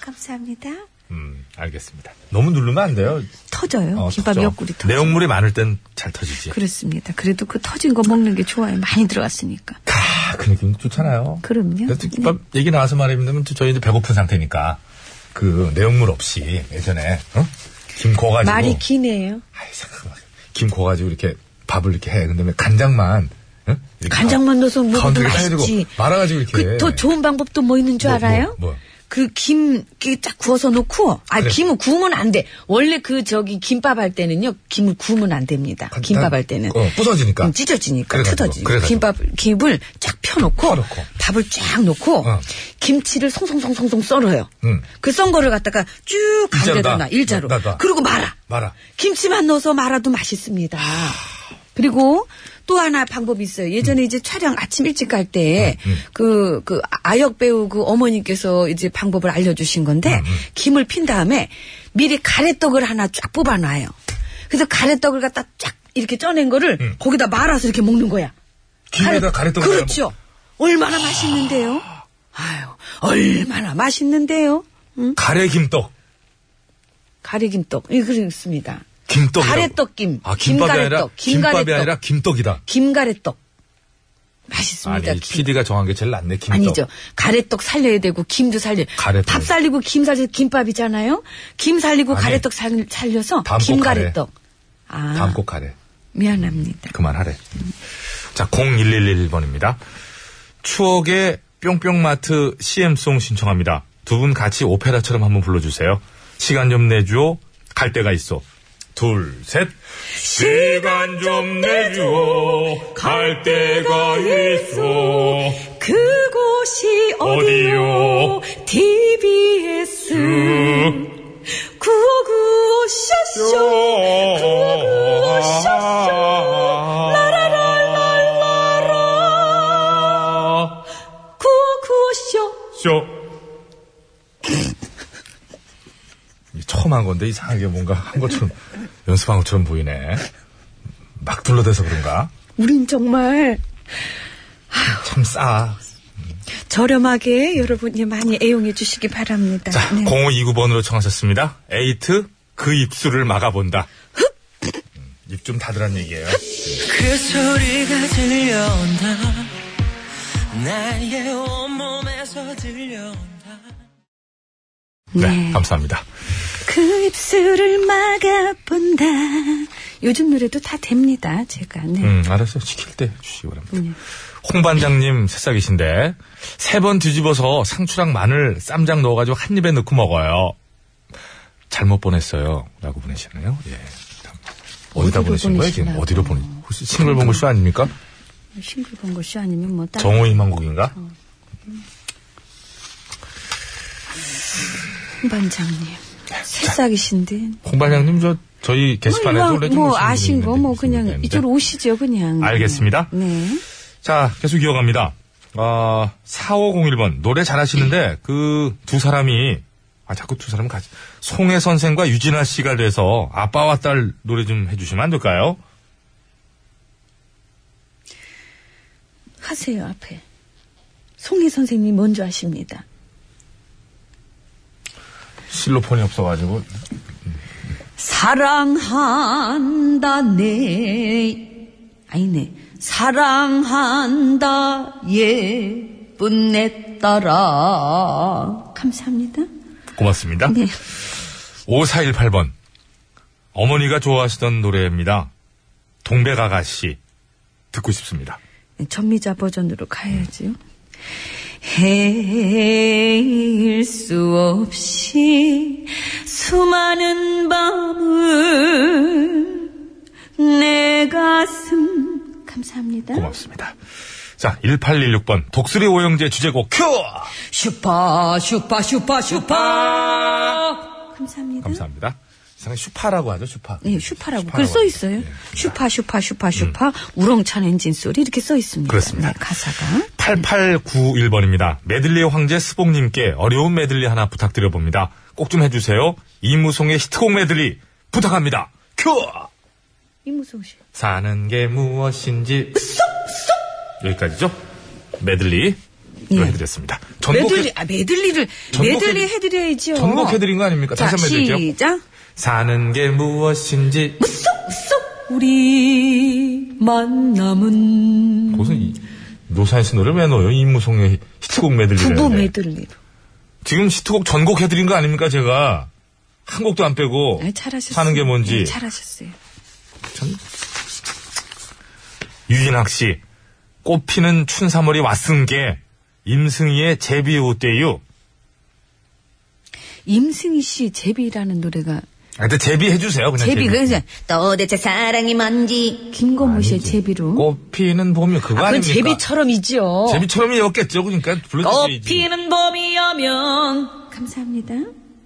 Speaker 2: 감사합니다.
Speaker 1: 음, 알겠습니다. 너무 누르면 안 돼요.
Speaker 2: 터져요.
Speaker 1: 어,
Speaker 2: 김밥
Speaker 1: 터져.
Speaker 2: 옆구리 터져.
Speaker 1: 내용물이 많을 땐 잘 터지지.
Speaker 2: 그렇습니다. 그래도 그 터진 거 먹는 게 좋아요. 많이 들어갔으니까.
Speaker 1: 아, 그 느낌 좋잖아요.
Speaker 2: 그럼요. 네.
Speaker 1: 그래서 김밥 얘기 나와서 말입니다면 저희 이제 배고픈 상태니까 그 내용물 없이 예전에 어? 김 고가지고
Speaker 2: 말이 기네요.
Speaker 1: 아이 생각해 김 고가지고 이렇게 밥을 이렇게 해. 근데 왜 간장만 응? 이렇게
Speaker 2: 간장만 넣어서 뭐
Speaker 1: 건
Speaker 2: 먹어도
Speaker 1: 들딱 해주고
Speaker 2: 맛있지.
Speaker 1: 말아가지고 이렇게
Speaker 2: 그 더 좋은 방법도 뭐 있는 줄
Speaker 1: 뭐, 뭐,
Speaker 2: 알아요?
Speaker 1: 뭐.
Speaker 2: 그 김 딱 구워서 놓고 아
Speaker 1: 그래.
Speaker 2: 김을 구우면 안 돼. 원래 그 저기 김밥 할 때는요 김을 구우면 안 됩니다.
Speaker 1: 간-
Speaker 2: 김밥
Speaker 1: 난-
Speaker 2: 할 때는
Speaker 1: 어, 부서지니까.
Speaker 2: 음, 찢어지니까
Speaker 1: 그래가지고,
Speaker 2: 뜯어지니까
Speaker 1: 그래가지고.
Speaker 2: 김밥 김을 쫙 펴놓고
Speaker 1: 펴놓고.
Speaker 2: 밥을 쫙 놓고
Speaker 1: 어.
Speaker 2: 김치를 송송송송송 썰어요.
Speaker 1: 음.
Speaker 2: 그 썬 거를 갖다가 쭉
Speaker 1: 일자로
Speaker 2: 가운데다
Speaker 1: 놔.
Speaker 2: 놔 일자로
Speaker 1: 놔, 놔.
Speaker 2: 그리고 말아
Speaker 1: 말아.
Speaker 2: 김치만 넣어서 말아도 맛있습니다. 그리고 또 하나 방법이 있어요.
Speaker 1: 음.
Speaker 2: 예전에 이제 촬영 아침 일찍 갈 때, 그, 그, 아역 배우 그 어머님께서 이제 방법을 알려주신 건데,
Speaker 1: 음,
Speaker 2: 김을 핀 다음에 미리 가래떡을 하나 쫙 뽑아놔요. 그래서 가래떡을 갖다 쫙 이렇게 쪄낸 거를 거기다 말아서 이렇게 먹는 거야.
Speaker 1: 음. 김에다 가래떡을
Speaker 2: 그렇죠. 얼마나 맛있는데요? 아유, 얼마나 맛있는데요? 음?
Speaker 1: 가래 김떡.
Speaker 2: 가래김떡. 예, 그렇습니다.
Speaker 1: 김떡.
Speaker 2: 가래떡김.
Speaker 1: 아, 김밥이 아니라
Speaker 2: 김가래떡,
Speaker 1: 김밥이
Speaker 2: 김가래떡.
Speaker 1: 아니라 김떡이다.
Speaker 2: 김가래떡. 맛있습니다.
Speaker 1: 아니,
Speaker 2: 김.
Speaker 1: PD가 정한 게 제일 낫네, 김떡.
Speaker 2: 아니죠. 가래떡 살려야 되고 김도 살려.
Speaker 1: 가래떡.
Speaker 2: 밥 살리고 김 살려 김밥이잖아요. 김 살리고
Speaker 1: 아니,
Speaker 2: 가래떡 살, 살려서
Speaker 1: 다음 곡
Speaker 2: 김가래떡. 아,
Speaker 1: 다음 곡 가래.
Speaker 2: 미안합니다.
Speaker 1: 그만하래. 자, 0111번입니다. 추억의 뿅뿅마트 CM송 신청합니다. 두 분 같이 오페라처럼 한번 불러주세요. 시간 좀 내주오. 갈 데가 있어. 둘, 셋. 시간 좀 내주오. 갈 데가 있어.
Speaker 2: 그곳이
Speaker 1: 어디요?
Speaker 2: TBS 구호구호 쇼쇼 구호구호
Speaker 1: 쇼. 이게 처음 한 건데 이상하게 뭔가 한 것처럼 연습한 것처럼 보이네. 막 둘러대서 그런가?
Speaker 2: 우린 정말
Speaker 1: 참 싸.
Speaker 2: 저렴하게 여러분이 많이 애용해 주시기 바랍니다. 네.
Speaker 1: 자, 0529번으로 청하셨습니다. 에이트 그 입술을 막아본다. 음, 입 좀 닫으란 얘기예요.
Speaker 9: 그 소리가 들려온다 나의 온몸에서 들려온다
Speaker 1: 네, 감사합니다.
Speaker 2: 그 입술을 막아본다. 요즘 노래도 다 됩니다. 제가 네.
Speaker 1: 음, 알았어요. 시킬 때 주시기 바랍니다.
Speaker 2: 음.
Speaker 1: 홍 반장님 새싹이신데 세 번 뒤집어서 상추랑 마늘 쌈장 넣어가지고 한 입에 넣고 먹어요. 잘못 보냈어요라고 보내시네요. 예. 어디다
Speaker 2: 어디로
Speaker 1: 보내신 거예요? 지금
Speaker 2: 보내시나요?
Speaker 1: 어디로 보내? 혹시 싱글벙글 쇼 아닙니까?
Speaker 2: 뭐 싱글벙글 쇼 아니면 뭐 따로
Speaker 1: 정호 희망곡인가?
Speaker 2: 홍 반장님 새싹이신데
Speaker 1: 홍 반장님 저 저희 게시판에
Speaker 2: 뭐,
Speaker 1: 올려주신
Speaker 2: 뭐 아신 거 뭐 그냥 이쪽으로 오시죠 그냥
Speaker 1: 알겠습니다.
Speaker 2: 네
Speaker 1: 자, 계속 이어갑니다. 아, 4501번. 노래 잘하시는데, 그, 두 사람이, 아, 자꾸 두 사람은 같이, 송혜 선생과 유진아 씨가 돼서 아빠와 딸 노래 좀 해주시면 안 될까요?
Speaker 2: 하세요 앞에 송혜 선생님 먼저 하십니다.
Speaker 1: 실로폰이 없어가지고.
Speaker 2: 사랑한다 내 아니네 사랑한다 예쁜 내 딸아 감사합니다
Speaker 1: 고맙습니다.
Speaker 2: 네
Speaker 1: 5418번. 어머니가 좋아하시던 노래입니다. 동백아가씨. 듣고 싶습니다.
Speaker 2: 전미자 버전으로 가야지요 헤일 수 없이 수많은 밤을 내 가슴 감사합니다
Speaker 1: 고맙습니다. 자, 1816번. 독수리 오영재 주제곡 큐!
Speaker 2: 슈퍼 슈퍼 슈퍼 슈퍼 감사합니다
Speaker 1: 감사합니다. 이상하게 슈파라고 하죠, 슈파.
Speaker 2: 예, 슈파라고. 글 써
Speaker 1: 하죠.
Speaker 2: 있어요.
Speaker 1: 예. 음.
Speaker 2: 슈파, 슈파, 슈파, 슈파, 우렁찬 엔진 소리 이렇게 써 있습니다.
Speaker 1: 그렇습니다.
Speaker 2: 네, 가사가.
Speaker 1: 8891번입니다. 메들리 황제 스봉님께 어려운 메들리 하나 부탁드려봅니다. 꼭 좀 해주세요. 이무송의 히트곡 메들리 부탁합니다. 큐!
Speaker 2: 이무송 씨.
Speaker 1: 사는 게 무엇인지 여기까지죠? 메들리
Speaker 2: 예.
Speaker 1: 해드렸습니다. 전곡
Speaker 2: 메들리, 아, 메들리를,
Speaker 1: 전곡
Speaker 2: 메들리
Speaker 1: 해드-
Speaker 2: 해드려야지요.
Speaker 1: 전곡 해드린 거 아닙니까?
Speaker 2: 자,
Speaker 1: 다시 한번 해드릴게요.
Speaker 2: 시작.
Speaker 1: 사는 게 무엇인지
Speaker 2: 무쏙, 무쏙, 우리 만남은
Speaker 1: 무슨 이, 노사에서 노래 왜 넣어요? 임무송의 히트곡 메들리를
Speaker 2: 부부
Speaker 1: 했는데.
Speaker 2: 메들리로.
Speaker 1: 지금 히트곡 전곡 해드린 거 아닙니까 제가 한 곡도 안 빼고
Speaker 2: 아, 잘하셨어요.
Speaker 1: 사는 게 뭔지
Speaker 2: 네, 잘하셨어요.
Speaker 1: 유진학 씨 꽃피는 춘삼월이 왔은 게 임승희의 제비우 때유
Speaker 2: 임승희 씨 제비라는 노래가
Speaker 1: 아, 근데 제비 해주세요 그냥
Speaker 2: 네, 제비
Speaker 1: 제비.
Speaker 2: 그냥 도대체 사랑이 뭔지 김건모 씨의 제비로.
Speaker 1: 음. 꽃피는 봄이 그거 아, 닙니까
Speaker 2: 그건 제비처럼이지요.
Speaker 1: 제비처럼이었겠죠 그러니까 불러주세요
Speaker 7: 꽃피는 봄이여면
Speaker 2: 감사합니다.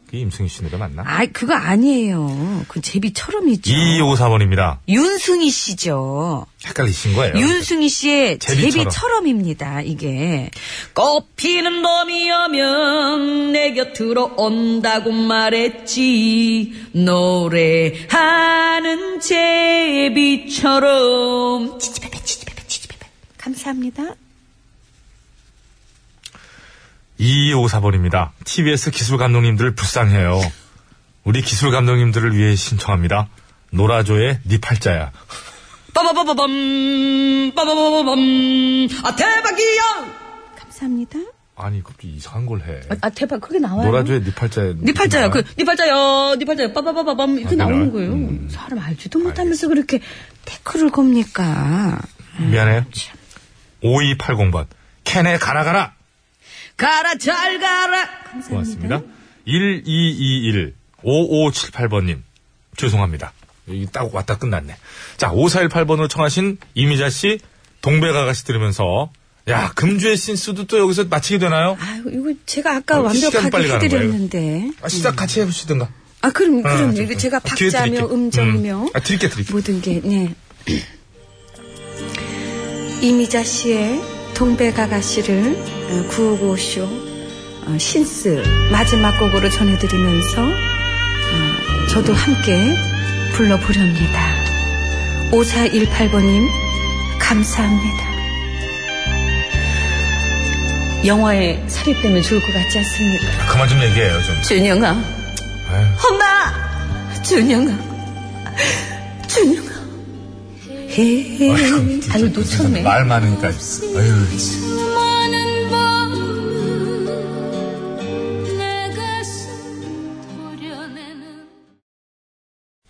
Speaker 1: 그게 임승희 씨 노래 맞나?
Speaker 2: 아, 그거 아니에요. 그 제비처럼이죠.
Speaker 1: 2254번입니다
Speaker 2: 윤승희 씨죠.
Speaker 1: 헷갈리신 거예요
Speaker 2: 윤승희 씨의
Speaker 1: 제비처럼.
Speaker 2: 제비처럼. 입니다 이게.
Speaker 7: 꽃피는 봄이여면 내 곁으로 온다고 말했지 노래하는 제비처럼
Speaker 2: 감사합니다.
Speaker 1: 2254번입니다. TBS 기술 감독님들 불쌍해요. 우리 기술 감독님들을 위해 신청합니다. 노라조의 네 팔자야.
Speaker 7: 빠바바바밤 빠바바바밤 아 대박이야
Speaker 2: 감사합니다.
Speaker 1: 아니, 갑자기 이상한 걸 해.
Speaker 2: 아, 대박. 그게 나와요.
Speaker 1: 노라조의 네 팔자야.
Speaker 2: 네 팔자야. 그, 네 팔자야. 네 팔자야. 빠바바바밤. 이렇게
Speaker 1: 아, 그래요?
Speaker 2: 나오는 거예요.
Speaker 1: 음.
Speaker 2: 사람 알지도 못하면서 그렇게 태클을 겁니까?
Speaker 1: 미안해요. 5280번. 캔에 가라 가라.
Speaker 2: 가라, 잘 가라.
Speaker 1: 고맙습니다. 1221 5578번님. 죄송합니다. 여기 딱 왔다 끝났네. 자, 5418번으로 청하신 이미자 씨 동백아가 씨 들으면서 야, 금주의 신스도 또 여기서 마치게 되나요?
Speaker 2: 아유, 이거 제가 아까
Speaker 1: 어, 시간
Speaker 2: 완벽하게
Speaker 1: 빨리 가는 거예요,
Speaker 2: 해드렸는데.
Speaker 1: 아, 시작 같이 해보시든가.
Speaker 2: 아, 그럼, 그럼. 이거
Speaker 1: 좀,
Speaker 2: 제가
Speaker 1: 아, 기회
Speaker 2: 박자며
Speaker 1: 드릴게.
Speaker 2: 음정며.
Speaker 1: 음. 아, 드릴게, 드릴게.
Speaker 2: 모든 게, 네. 이미자 씨의 동백 아가씨를 어, 955쇼 어, 신스 마지막 곡으로 전해드리면서 어, 저도 함께 불러보렵니다. 5418번님, 감사합니다. 영화에 삽입되면 좋을 것 같지 않습니까?
Speaker 1: 아, 그만 좀 얘기해요, 좀.
Speaker 2: 준영아,
Speaker 1: 아유,
Speaker 2: 엄마! 준영아, 준영아. 헤헤. 아유, 놓쳤네.
Speaker 1: 말 많으니까. 아유, 참.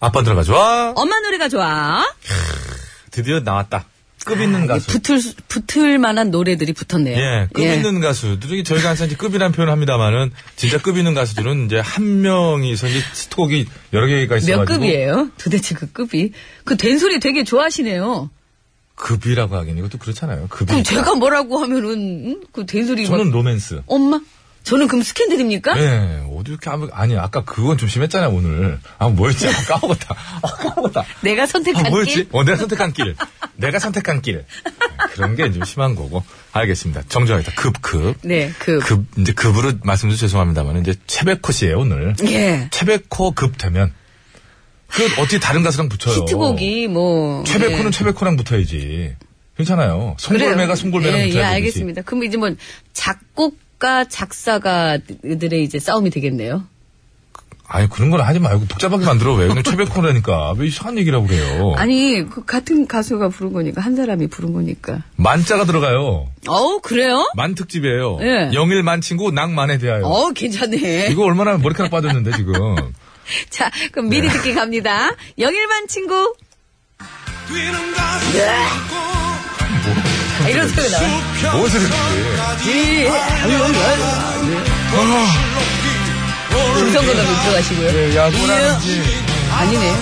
Speaker 1: 아빠 들어가 좋아.
Speaker 7: 엄마 노래가 좋아
Speaker 1: 드디어 나왔다. 급
Speaker 2: 아,
Speaker 1: 있는 가수.
Speaker 2: 붙을, 수- 붙을 만한 노래들이 붙었네요.
Speaker 1: 예, 급 있는 가수들이 저희가 항상 이제 급이라는 표현을 합니다만은 진짜 급 있는 가수들은 이제 한 명이서 이제 스톡이 여러 개가 있어가지고
Speaker 2: 몇 급이에요? 도대체 그 급이? 그 된소리 되게 좋아하시네요.
Speaker 1: 급이라고 하긴 이것도 그렇잖아요. 급이.
Speaker 2: 그럼 제가 뭐라고 하면은, 음? 그 된소리. 막-
Speaker 1: 그러니까. 저는 로맨스.
Speaker 2: 엄마? 저는 그럼 스캔들입니까?
Speaker 1: 예, 어디 이렇게 아무 아니 아까 그건 좀 심했잖아요 오늘. 아 뭐였지? 아, 까먹었다. 아, 까먹었다.
Speaker 2: 내가 선택한
Speaker 1: 아,
Speaker 2: 길?
Speaker 1: 뭐였지? 어, 내가 선택한 길. 내가 선택한 길. 아, 그런 게 좀 심한 거고. 알겠습니다. 정정하겠다. 급, 급.
Speaker 2: 네, 급.
Speaker 1: 급, 이제 급으로 말씀드려 죄송합니다만, 이제 채백호 씨예요 오늘.
Speaker 2: 예.
Speaker 1: 채백호 급 되면. 그, 어떻게 다른 가수랑 붙여요?
Speaker 2: 히트곡이 뭐.
Speaker 1: 채백호는
Speaker 2: 예.
Speaker 1: 채백호랑 붙어야지. 괜찮아요.
Speaker 2: 그래요.
Speaker 1: 송골매가 송골매랑
Speaker 2: 예,
Speaker 1: 붙어야
Speaker 2: 예,
Speaker 1: 되지.
Speaker 2: 알겠습니다. 그럼 이제 뭐 작곡가 작사가들의 이제 싸움이 되겠네요.
Speaker 1: 아니, 그런 건 하지 말고 복잡하게 만들어. 왜? 그냥 채백호라니까. 왜 이상한 얘기라고 그래요?
Speaker 2: 아니 그 같은 가수가 부른 거니까 한 사람이 부른 거니까.
Speaker 1: 만자가 들어가요.
Speaker 2: 어우 그래요?
Speaker 1: 만 특집이에요.
Speaker 2: 예.
Speaker 1: 영일 만 친구, 낭만에 대하여.
Speaker 2: 어우 예. 괜찮네.
Speaker 1: 이거 얼마나 머리카락 빠졌는데 지금.
Speaker 2: 자 그럼 미리 듣기 갑니다. 영일만 친구
Speaker 4: 뛰는 가슴 고
Speaker 2: 아, 이런 소리 나와요.
Speaker 1: 무엇을 이렇게.
Speaker 2: 예.
Speaker 4: 아, 네. 어.
Speaker 2: 음성거도 못 들어가시고요.
Speaker 1: 예, 야, 뭐라는지.
Speaker 2: 아니네.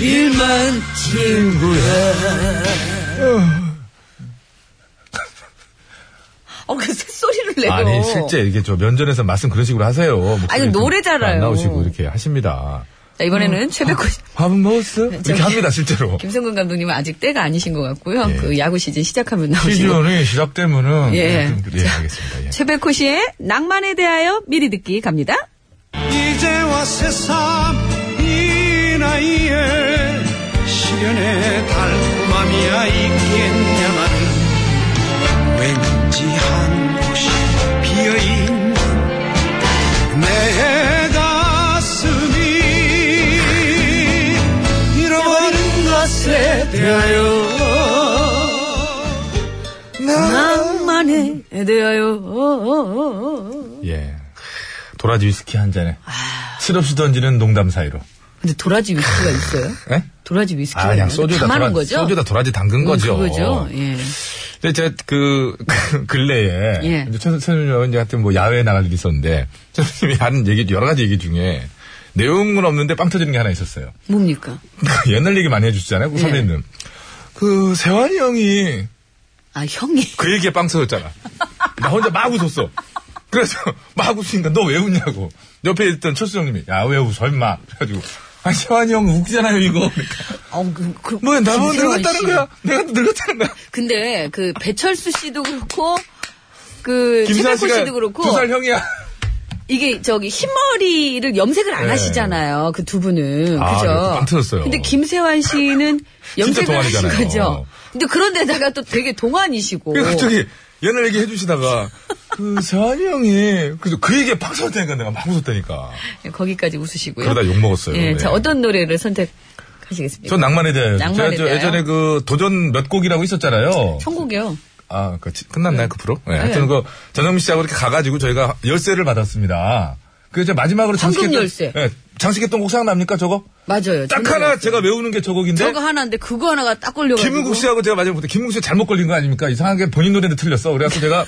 Speaker 2: 일만
Speaker 1: 친구야.
Speaker 2: 어그 소리를 내고.
Speaker 1: 아니, 실제 이게 저 면전에서 말씀 그런 식으로 하세요. 목소리
Speaker 2: 아니, 노래잖아요.
Speaker 1: 안 나오시고 이렇게 하십니다.
Speaker 2: 자
Speaker 1: 음.
Speaker 2: 이번에는 최백호 씨.
Speaker 1: 밥은 먹었어? 이렇게
Speaker 2: 네, 저기-
Speaker 1: 합니다, 실제로.
Speaker 2: 김성근 감독님은 아직 때가 아니신 것 같고요.
Speaker 1: 예.
Speaker 2: 그 야구 시즌 시작하면 나오시고.
Speaker 1: 시즌이 시작되면은.
Speaker 2: 예.
Speaker 1: 좀 그래, 예, 알겠습니다. 예.
Speaker 2: 최백호 씨의 낭만에 대하여 미리 듣기 갑니다.
Speaker 10: 이제와 새삼 이 나이에 시련의 달콤함이야 있겠냐마는 왠지 한 곳이 비어있는 내 가슴이 잃어버린 것에 대하여
Speaker 2: 낭만에 어, 대하여.
Speaker 1: 예. 도라지 위스키 한 잔에.
Speaker 2: 아.
Speaker 1: 실없이 던지는 농담 사이로.
Speaker 2: 근데 도라지 위스키가 있어요?
Speaker 1: 예?
Speaker 2: 도라지 위스키가
Speaker 1: 아, 그냥
Speaker 2: 있나요?
Speaker 1: 소주에다,
Speaker 2: 담아놓은
Speaker 1: 도라,
Speaker 2: 네. 거죠?
Speaker 1: 소주에다 도라지 담근
Speaker 2: 음,
Speaker 1: 거죠.
Speaker 2: 그거죠. 예.
Speaker 1: 근데 제가 그, 그 근래에
Speaker 2: 예.
Speaker 1: 이제 최 선생님은 하여튼 뭐 야외에 나갈 일이 있었는데 최 선생님이 하는 얘기 여러 가지 얘기 중에 내용은 없는데 빵 터지는 게 하나 있었어요.
Speaker 2: 뭡니까?
Speaker 1: 옛날 얘기 많이 해주시잖아요. 그
Speaker 2: 예.
Speaker 1: 선배님. 그 세환이 형이
Speaker 2: 아, 형이.
Speaker 1: 그 얘기에 빵 터졌잖아. 나 혼자 막 웃었어. 그래서 막 웃으니까 너 왜 웃냐고. 옆에 있던 철수 형님이 야 왜 웃어 임마. 그래가지고 아 세환이 형 웃기잖아요 이거. 그러니까,
Speaker 2: 어, 그, 그,
Speaker 1: 뭐야 나보고
Speaker 2: 김세환
Speaker 1: 늙었다는
Speaker 2: 씨.
Speaker 1: 거야. 내가 또 늙었다는 거야.
Speaker 2: 근데 그 배철수 씨도 그렇고 그
Speaker 1: 김세환
Speaker 2: 최백호
Speaker 1: 씨가
Speaker 2: 씨도 그렇고
Speaker 1: 두 살 형이야.
Speaker 2: 이게 저기 흰머리를 염색을 안
Speaker 1: 네.
Speaker 2: 하시잖아요. 그 두 분은.
Speaker 1: 아,
Speaker 2: 그죠?
Speaker 1: 네, 그거 깜 틀었어요.
Speaker 2: 근데 김세환 씨는 염색을 하신
Speaker 1: 동안이잖아요.
Speaker 2: 거죠. 근데 그런데다가 또 되게 동안이시고.
Speaker 1: 그래서 갑자기 옛날 얘기 해주시다가 그 세환이 형이 그래서 그 얘기에 빵 터졌다니까 내가 막 웃었다니까.
Speaker 2: 네, 거기까지 웃으시고요.
Speaker 1: 그러다 욕 먹었어요.
Speaker 2: 예,
Speaker 1: 네.
Speaker 2: 자, 어떤 노래를 선택하시겠습니까?
Speaker 1: 전 낭만에 대하여. 제가
Speaker 2: 낭만에
Speaker 1: 저
Speaker 2: 대하여.
Speaker 1: 예전에 그 도전 몇 곡이라고 있었잖아요.
Speaker 2: 천국이요.
Speaker 1: 아, 그, 지- 끝났나요, 그 프로? 네. 하여튼 그, 전영미 씨하고 이렇게 가가지고 저희가 열쇠를 받았습니다. 그래서 제가 마지막으로
Speaker 2: 황금
Speaker 1: 장식했던.
Speaker 2: 열쇠.
Speaker 1: 예, 장식했던 곡 생각납니까, 저거?
Speaker 2: 맞아요.
Speaker 1: 딱
Speaker 2: 저는
Speaker 1: 하나 제가 외우는 게 저곡인데.
Speaker 2: 저거 하나인데 그거 하나가 딱 걸려가지고.
Speaker 1: 김은국 씨하고 제가 마지막에 김은국 씨 잘못 걸린 거 아닙니까? 이상하게 본인 노래도 틀렸어. 그래갖고 제가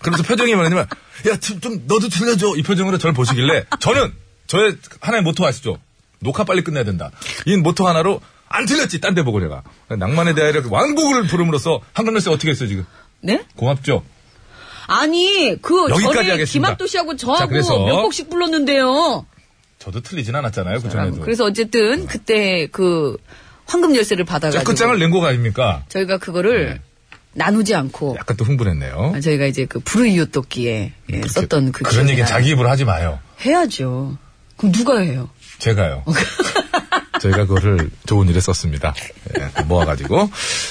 Speaker 1: 그러면서 표정이 뭐냐면 야, 좀, 좀 너도 틀려줘. 이 표정으로 저를 보시길래 저는 저의 하나의 모토 아시죠? 녹화 빨리 끝내야 된다. 이 모토 하나로 안 틀렸지. 딴 데 보고 제가. 낭만에 대하여 이렇게 왕곡을 부름으로써 한글 열쇠 어떻게 했어요, 지금?
Speaker 2: 네?
Speaker 1: 고맙죠?
Speaker 2: 아니, 그,
Speaker 1: 여기까지
Speaker 2: 전에
Speaker 1: 하겠습니다.
Speaker 2: 김학도 씨하고
Speaker 1: 자, 그래서-
Speaker 2: 저하고 몇 곡씩 불렀는데요.
Speaker 1: 저도 틀리진 않았잖아요,
Speaker 2: 사람은.
Speaker 1: 그전에도.
Speaker 2: 그래서 어쨌든 그때 그 황금 열쇠를
Speaker 1: 자, 그
Speaker 2: 받아가지고
Speaker 1: 끝장을 낸 곡 아닙니까?
Speaker 2: 저희가 그거를 나누지 않고
Speaker 1: 네. 약간 또 흥분했네요.
Speaker 2: 저희가 이제 그 불의이웃 돕기에 예, 썼던 그
Speaker 1: 그런
Speaker 2: 기억이
Speaker 1: 얘기
Speaker 2: 나요.
Speaker 1: 자기 입으로 하지 마요.
Speaker 2: 해야죠. 그럼 누가 해요?
Speaker 1: 제가요.
Speaker 2: 어.
Speaker 1: 저희가 그거를 좋은 일에 썼습니다. 예, 모아가지고.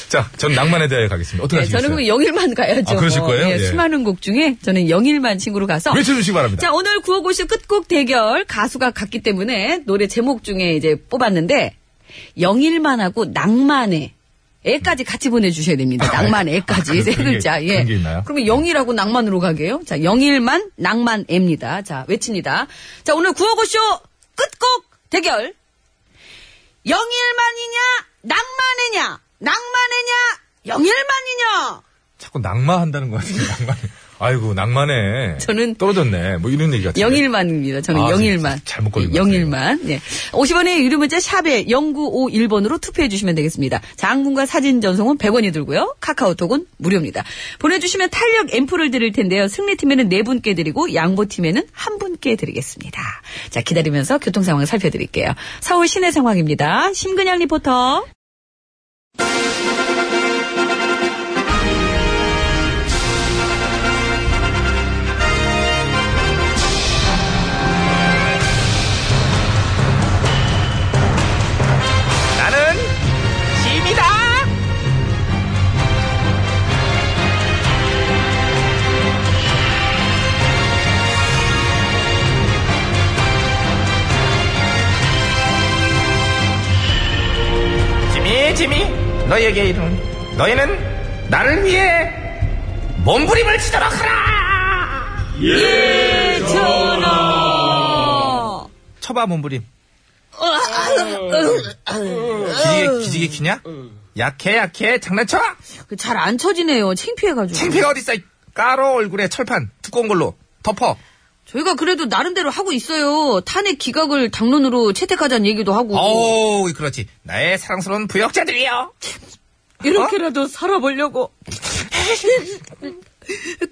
Speaker 1: 자, 전 낭만에 대해 가겠습니다. 어떻게
Speaker 2: 예,
Speaker 1: 하시겠어요?
Speaker 2: 저는 그 영일만 가야죠.
Speaker 1: 아, 그러실 거예요?
Speaker 2: 예,
Speaker 1: 예.
Speaker 2: 수많은 곡 중에 저는 영일만 친구로 가서
Speaker 1: 외쳐주시기 바랍니다.
Speaker 2: 자, 오늘 구호고시 끝곡 대결 가수가 같기 때문에 노래 제목 중에 이제 뽑았는데 영일만하고 낭만에 애까지 같이 보내주셔야 됩니다. 낭만 애까지
Speaker 1: 아,
Speaker 2: 세
Speaker 1: 그런 게-
Speaker 2: 글자. 예.
Speaker 1: 그런 게 있나요?
Speaker 2: 그러면 영일하고 낭만으로 가게요. 자, 영일만 낭만 애입니다. 자, 외칩니다. 자, 오늘 구호고쇼 끝곡 대결 영일만이냐 낭만이냐 낭만이냐 영일만이냐
Speaker 1: 자꾸 낭만한다는 것 같아요. 낭만. 아이고, 낭만에.
Speaker 2: 저는
Speaker 1: 떨어졌네. 뭐 이런 얘기 같은데.
Speaker 2: 영일만입니다. 저는
Speaker 1: 아,
Speaker 2: 영일만.
Speaker 1: 진짜 잘못 걸린 것
Speaker 2: 영일만. 예. 50원의 유료 문자 샵에 0951번으로 투표해 주시면 되겠습니다. 장군과 사진 전송은 100원이 들고요. 카카오톡은 무료입니다. 보내주시면 탄력 앰플을 드릴 텐데요. 승리팀에는 4분께 드리고 양보팀에는 1분께 드리겠습니다. 자 기다리면서 교통 상황을 살펴드릴게요. 서울 시내 상황입니다. 심근양 리포터.
Speaker 11: 지미 지미 너희에게 이르는 너희는 나를 위해 몸부림을 치도록 하라
Speaker 2: 네,
Speaker 11: 쳐봐 몸부림 기지개 기지개 키냐 약해 약해 장난쳐
Speaker 2: 그 잘 안 쳐지네요. 창피해가지고.
Speaker 11: 창피가 어딨어 이 까로 얼굴에 철판 두꺼운 걸로 덮어
Speaker 2: 저희가 그래도 나름대로 하고 있어요. 탄핵 기각을 당론으로 채택하자는 얘기도 하고.
Speaker 11: 어우 그렇지 나의 사랑스러운 부역자들이여
Speaker 2: 이렇게라도 살아보려고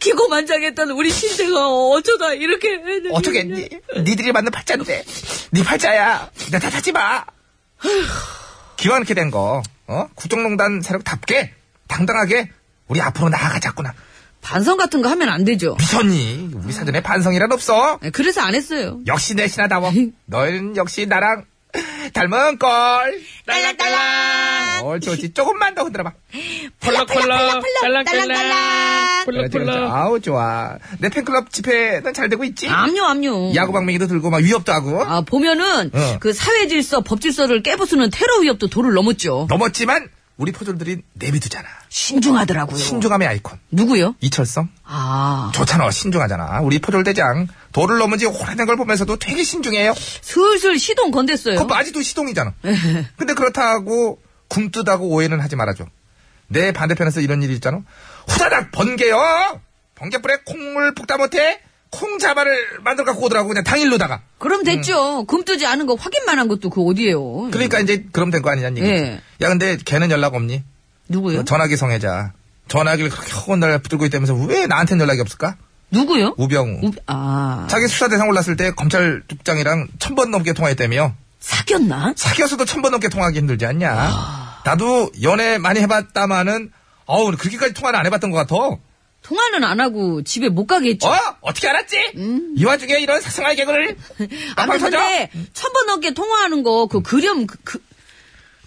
Speaker 2: 기고만장했던 우리 신세가 어쩌다 이렇게 했는지.
Speaker 11: 어떻게 니, 니들이 만든 팔자인데 니 팔자야 나 탓하지 마 기왕 이렇게 된거 어? 국정농단 세력답게 당당하게 우리 앞으로 나아가자꾸나
Speaker 2: 반성 같은 거 하면 안 되죠.
Speaker 11: 미쳤니 우리 사전에 반성이란 없어
Speaker 2: 네, 그래서 안 했어요.
Speaker 11: 역시 내 신하다워 너희는 역시 나랑
Speaker 6: 아,
Speaker 11: 닮은걸 딸랑딸랑 옳지 옳지 조금만 더 흔들어봐
Speaker 12: 콜록콜록,
Speaker 2: 딸랑딸랑.
Speaker 12: 딸랑딸랑,
Speaker 1: 네,
Speaker 12: 콜록콜록.
Speaker 6: 아우 좋아. 내 팬클럽 집회 난 잘 되고 있지?
Speaker 2: 암요, 암요.
Speaker 6: 야구 방망이도 들고 막 위협도 하고
Speaker 2: 아, 보면은,
Speaker 6: 어.
Speaker 2: 그 사회 질서, 법 질서를 깨부수는 테러 위협도 도를 넘었죠.
Speaker 6: 넘었지만 우리 포졸들이 내비두잖아.
Speaker 2: 신중하더라고요.
Speaker 6: 신중함의 아이콘
Speaker 2: 누구요?
Speaker 6: 이철성.
Speaker 2: 아,
Speaker 6: 좋잖아 신중하잖아. 우리 포졸 대장 도를 넘은 지 오래된 걸 보면서도 되게 신중해요.
Speaker 2: 슬슬 시동 건댔어요.
Speaker 6: 그거 아직도 시동이잖아. 근데 그렇다고 굼뜨다고 오해는 하지 말아줘. 내 반대편에서 이런 일이 있잖아. 후다닥 번개요. 번개불에 콩을 붓다 못해 콩자발을 만들어 갖고 오더라고 그냥 당일로다가.
Speaker 2: 그럼 됐죠. 금 뜨지 않은 거 확인만 한 것도 그 어디예요?
Speaker 6: 그러니까 이제 그럼 된 거 아니냐는 얘기지.
Speaker 2: 예.
Speaker 6: 야 근데 걔는 연락 없니?
Speaker 2: 누구요?
Speaker 6: 전화기 성애자. 전화기를 그렇게 허건 날 붙들고 있다면서 왜 나한테 연락이 없을까?
Speaker 2: 누구요?
Speaker 6: 우병우.
Speaker 2: 우- 아,
Speaker 6: 자기 수사 대상 올랐을 때 검찰국장이랑 천 번 넘게 통화했다며.
Speaker 2: 사귀었나?
Speaker 6: 사귀었어도 천 번 넘게 통화하기 힘들지 않냐. 나도 연애 많이 해봤다마는 어우 그렇게까지 통화는 안 해봤던 것 같아. 어?
Speaker 2: 통화는 안 하고 집에 못 가겠죠.
Speaker 6: 어떻게 알았지? 이 와중에 이런 사생활 개그를
Speaker 2: 음. 아무튼
Speaker 6: 나방 터져?
Speaker 2: 근데 천번 넘게 통화하는 거 그 그림 그, 그-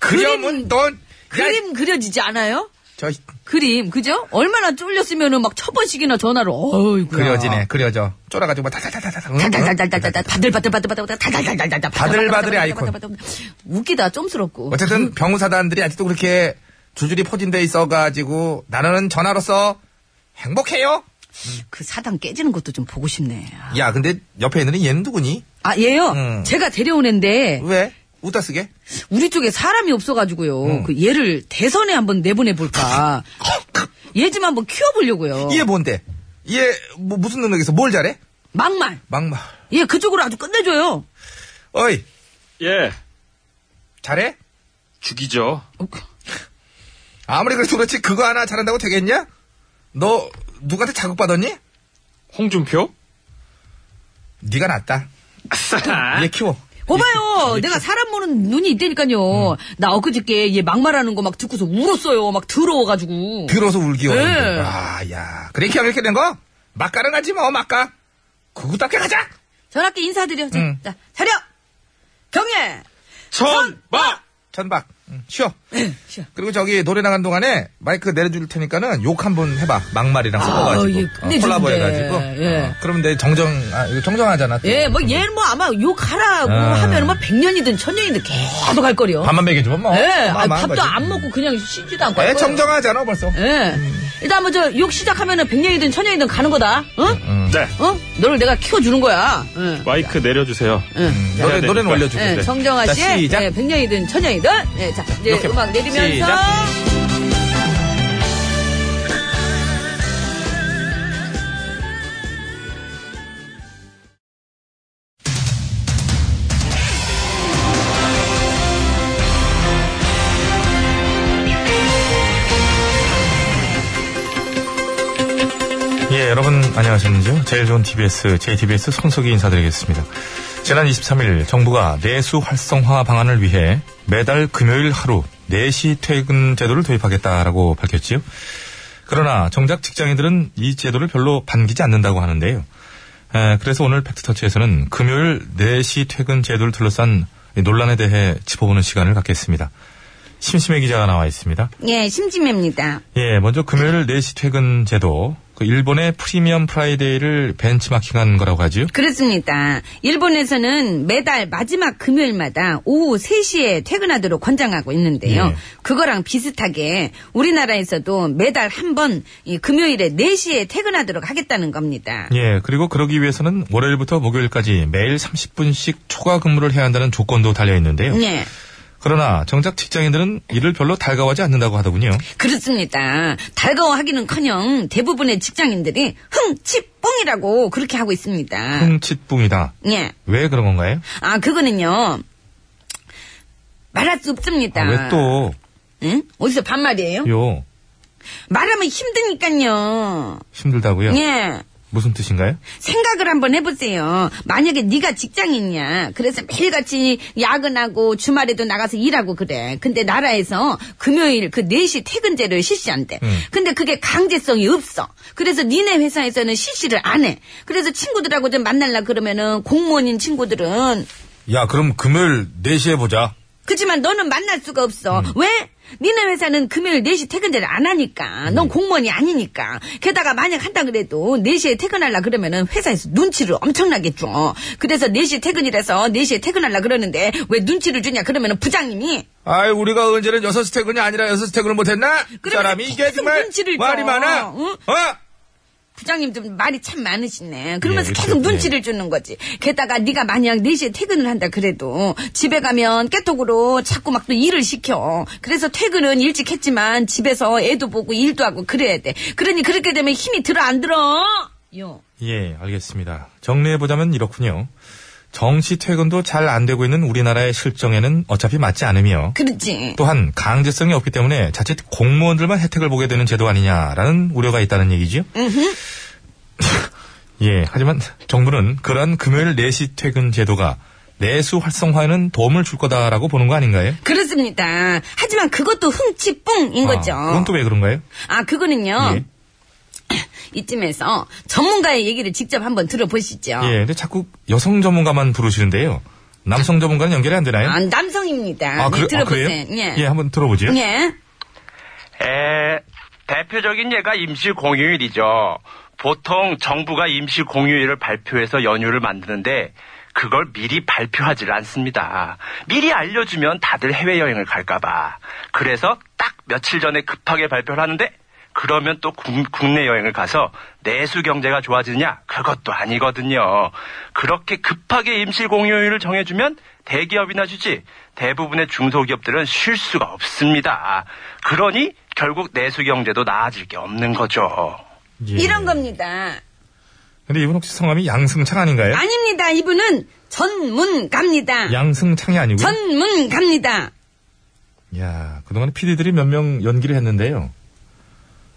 Speaker 6: 그림은 넌
Speaker 2: 그림 그려지지 않아요?
Speaker 6: 저
Speaker 2: 그림 그죠? 얼마나 쫄렸으면은 막 첫 번씩이나 전화로 어이구 아.
Speaker 6: 그려지네 그려져 쫄아가지고 막 달달달달달
Speaker 2: 달달달달달달 바들바들바들바들 달달달달달
Speaker 6: 바들바들의 아이콘.
Speaker 2: 웃기다 쫌스럽고
Speaker 6: 어쨌든 병우사단들이 아직도 그렇게 줄줄이 포진돼 있어가지고 나는 전화로서 행복해요.
Speaker 2: 그 사당 깨지는 것도 좀 보고 싶네
Speaker 6: 야 근데 옆에 있는 애는 얘는 누구니?
Speaker 2: 아 얘요
Speaker 6: 음.
Speaker 2: 제가 데려온 앤데
Speaker 6: 왜? 웃다 쓰게?
Speaker 2: 우리 쪽에 사람이 없어가지고요
Speaker 6: 음.
Speaker 2: 그 얘를 대선에 한번 내보내볼까 얘 좀 한번 키워보려고요
Speaker 6: 얘 뭔데? 얘 뭐 무슨 능력에서 뭘 잘해?
Speaker 2: 막말
Speaker 6: 막말.
Speaker 2: 얘 그쪽으로 아주 끝내줘요
Speaker 6: 어이
Speaker 12: 예,
Speaker 6: 잘해?
Speaker 12: 죽이죠.
Speaker 2: 어, 그,
Speaker 6: 아무리 그래도 그렇지 그거 하나 잘한다고 되겠냐? 너 누구한테 자극 받았니?
Speaker 12: 홍준표?
Speaker 6: 네가 낫다.
Speaker 12: 아싸!
Speaker 6: 얘 키워. 예.
Speaker 2: 봐봐요. 내가 사람 보는 눈이
Speaker 6: 음.
Speaker 2: 있다니까요. 나 엊그저께 얘 막말하는 거 막 듣고서 울었어요. 막 더러워가지고.
Speaker 6: 들어서 울기요.
Speaker 2: 네.
Speaker 6: 아야 그래 키워 이렇게 된 거? 막가는 가지 뭐 막가. 그거답게 가자.
Speaker 2: 전학교 인사드려. 자,
Speaker 6: 음.
Speaker 2: 자, 차려! 경례!
Speaker 12: 천박!
Speaker 6: 천박. 응, 쉬어. 그리고 저기 노래 나간 동안에 마이크 내려줄 테니까는 욕 한 번 해봐. 막말이랑 섞어가지고.
Speaker 2: 예,
Speaker 6: 어,
Speaker 2: 끝내주는데.
Speaker 6: 콜라보 해가지고.
Speaker 2: 예.
Speaker 6: 어, 그럼 내 정정, 아, 이거 정정하잖아. 또.
Speaker 2: 예, 뭐, 얘는 뭐 아마 욕하라고
Speaker 6: 음. 아.
Speaker 2: 하면 뭐 백년이든 천년이든 계속 할 거려.
Speaker 6: 밥만 먹여주면 뭐.
Speaker 2: 예,
Speaker 6: 어마어마한
Speaker 2: 아니, 밥도
Speaker 6: 거지.
Speaker 2: 안 먹고 그냥 쉬지도 않고. 할
Speaker 6: 예,
Speaker 2: 거야.
Speaker 6: 정정하잖아, 벌써.
Speaker 2: 예. 일단 뭐 저 욕 시작하면은 백년이든 천년이든 가는 거다. 어?
Speaker 6: 음,
Speaker 12: 네,
Speaker 2: 어? 너를 내가 키워주는 거야. 예.
Speaker 12: 마이크 내려주세요.
Speaker 2: 예.
Speaker 12: 해야
Speaker 6: 노래,
Speaker 12: 되니까.
Speaker 6: 노래는 올려주고.
Speaker 2: 예,
Speaker 12: 네.
Speaker 2: 정정아
Speaker 6: 음, 자,
Speaker 2: 씨의
Speaker 6: 시작.
Speaker 2: 예, 백년이든 천년이든 예, 자 이제
Speaker 6: 이렇게
Speaker 2: 음악 내리면서
Speaker 6: 시작.
Speaker 1: 예, 여러분 안녕하셨는지요? 제일 좋은 TBS, JTBS 손석희 인사드리겠습니다. 지난 23일 정부가 내수 활성화 방안을 위해 매달 금요일 하루 4시 퇴근 제도를 도입하겠다라고 밝혔지요. 그러나 정작 직장인들은 이 제도를 별로 반기지 않는다고 하는데요. 에, 그래서 오늘 팩트터치에서는 금요일 4시 퇴근 제도를 둘러싼 이 논란에 대해 짚어보는 시간을 갖겠습니다. 심심해 기자가 나와 있습니다.
Speaker 2: 예, 심지매입니다.
Speaker 1: 예, 먼저 금요일 4시 퇴근 제도. 그 일본의 프리미엄 프라이데이를 벤치마킹한 거라고 하지요?
Speaker 2: 그렇습니다. 일본에서는 매달 마지막 금요일마다 오후 3시에 퇴근하도록 권장하고 있는데요.
Speaker 1: 예.
Speaker 2: 그거랑 비슷하게 우리나라에서도 매달 한 번 금요일에 4시에 퇴근하도록 하겠다는 겁니다.
Speaker 1: 예, 그리고 그러기 위해서는 월요일부터 목요일까지 매일 30분씩 초과 근무를 해야 한다는 조건도 달려 있는데요.
Speaker 2: 예.
Speaker 1: 그러나 정작 직장인들은 이를 별로 달가워하지 않는다고 하더군요.
Speaker 2: 그렇습니다. 달가워하기는커녕 대부분의 직장인들이 흥치뽕이라고 그렇게 하고 있습니다.
Speaker 1: 흥칫뿡이다.
Speaker 2: 예.
Speaker 1: 왜 그런 건가요?
Speaker 2: 아 그거는요 말할 수 없습니다.
Speaker 1: 아, 왜 또, 예.
Speaker 2: 응? 어디서 반말이에요?
Speaker 1: 요,
Speaker 2: 말하면 힘드니까요.
Speaker 1: 힘들다고요?
Speaker 2: 예.
Speaker 1: 무슨 뜻인가요?
Speaker 2: 생각을 한번 해보세요. 만약에 네가 직장인이야. 그래서 매일같이 야근하고 주말에도 나가서 일하고 그래. 근데 나라에서 금요일 그 4시 퇴근제를 실시한대. 근데 그게 강제성이 없어. 그래서 니네 회사에서는 실시를 안 해. 그래서 친구들하고 좀 만날라 그러면은 공무원인 친구들은
Speaker 13: 네
Speaker 1: 야, 그럼 금요일 4시에 보자.
Speaker 2: 그치만 너는 만날 수가 없어. 왜? 니네 회사는 금요일 4시 퇴근제를 안 하니까. 넌 공무원이 아니니까. 게다가 만약 한다 그래도 4시에 퇴근하려 그러면은 회사에서 눈치를 엄청나게 줘. 그래서 4시 퇴근이라서 4시에 퇴근하려 그러는데 왜 눈치를 주냐 그러면은 부장님이
Speaker 13: 아이, 우리가 언제는 여섯 스택은이 아니라 여섯 스택을 못했나?
Speaker 2: 그러면서
Speaker 13: 사람이 이게
Speaker 2: 계속
Speaker 13: 정말
Speaker 2: 눈치를 줘.
Speaker 13: 말이 많아.
Speaker 2: 응?
Speaker 13: 어?
Speaker 2: 부장님 좀 말이 참 많으시네. 그러면서
Speaker 13: 예, 그렇죠.
Speaker 2: 계속 눈치를 주는 거지. 게다가 네가 만약 4시에 퇴근을 한다 그래도 집에 가면 깨톡으로 자꾸 막 또 일을 시켜. 그래서 퇴근은 일찍 했지만 집에서 애도 보고 일도 하고 그래야 돼. 그러니 그렇게 되면 힘이 들어 안 들어? 요.
Speaker 1: 예, 알겠습니다. 정리해보자면 이렇군요. 정시 퇴근도 잘 안 되고 있는 우리나라의 실정에는 어차피 맞지 않으며
Speaker 2: 그렇지.
Speaker 1: 또한 강제성이 없기 때문에 자칫 공무원들만 혜택을 보게 되는 제도 아니냐라는 우려가 있다는 얘기지요. 예, 하지만 정부는 그러한 금요일 4시 퇴근 제도가 내수 활성화에는 도움을 줄 거다라고 보는 거 아닌가요?
Speaker 2: 그렇습니다. 하지만 그것도 흥치뿡인 거죠.
Speaker 1: 아, 그건 또 왜 그런가요?
Speaker 2: 아, 그거는요.
Speaker 1: 예.
Speaker 2: 이쯤에서 전문가의 얘기를 직접 한번 들어보시죠.
Speaker 1: 예, 근데 자꾸 여성 전문가만 부르시는데요. 남성 전문가는 연결이 안 되나요?
Speaker 2: 아, 남성입니다.
Speaker 1: 아, 그래-
Speaker 2: 네, 들어보세요.
Speaker 1: 그래요?
Speaker 2: 예.
Speaker 1: 예, 한번 들어보지요.
Speaker 2: 예.
Speaker 14: 에, 대표적인 예가 임시 공휴일이죠. 보통 정부가 임시 공휴일을 발표해서 연휴를 만드는데 그걸 미리 발표하지를 않습니다. 미리 알려주면 다들 해외여행을 갈까봐. 그래서 딱 며칠 전에 급하게 발표를 하는데 그러면 또 국- 국내 여행을 가서 내수 경제가 좋아지느냐? 그것도 아니거든요. 그렇게 급하게 임시 공휴일을 정해주면 대기업이나 휴지, 대부분의 중소기업들은 쉴 수가 없습니다. 그러니 결국 내수 경제도 나아질 게 없는 거죠.
Speaker 2: 이런 겁니다.
Speaker 1: 예. 근데 이분 혹시 성함이 양승창 아닌가요?
Speaker 2: 아닙니다. 이분은 전문가입니다.
Speaker 1: 양승창이 아니고.
Speaker 2: 전문가입니다.
Speaker 1: 야, 그동안에 PD들이 몇 명 연기를 했는데요.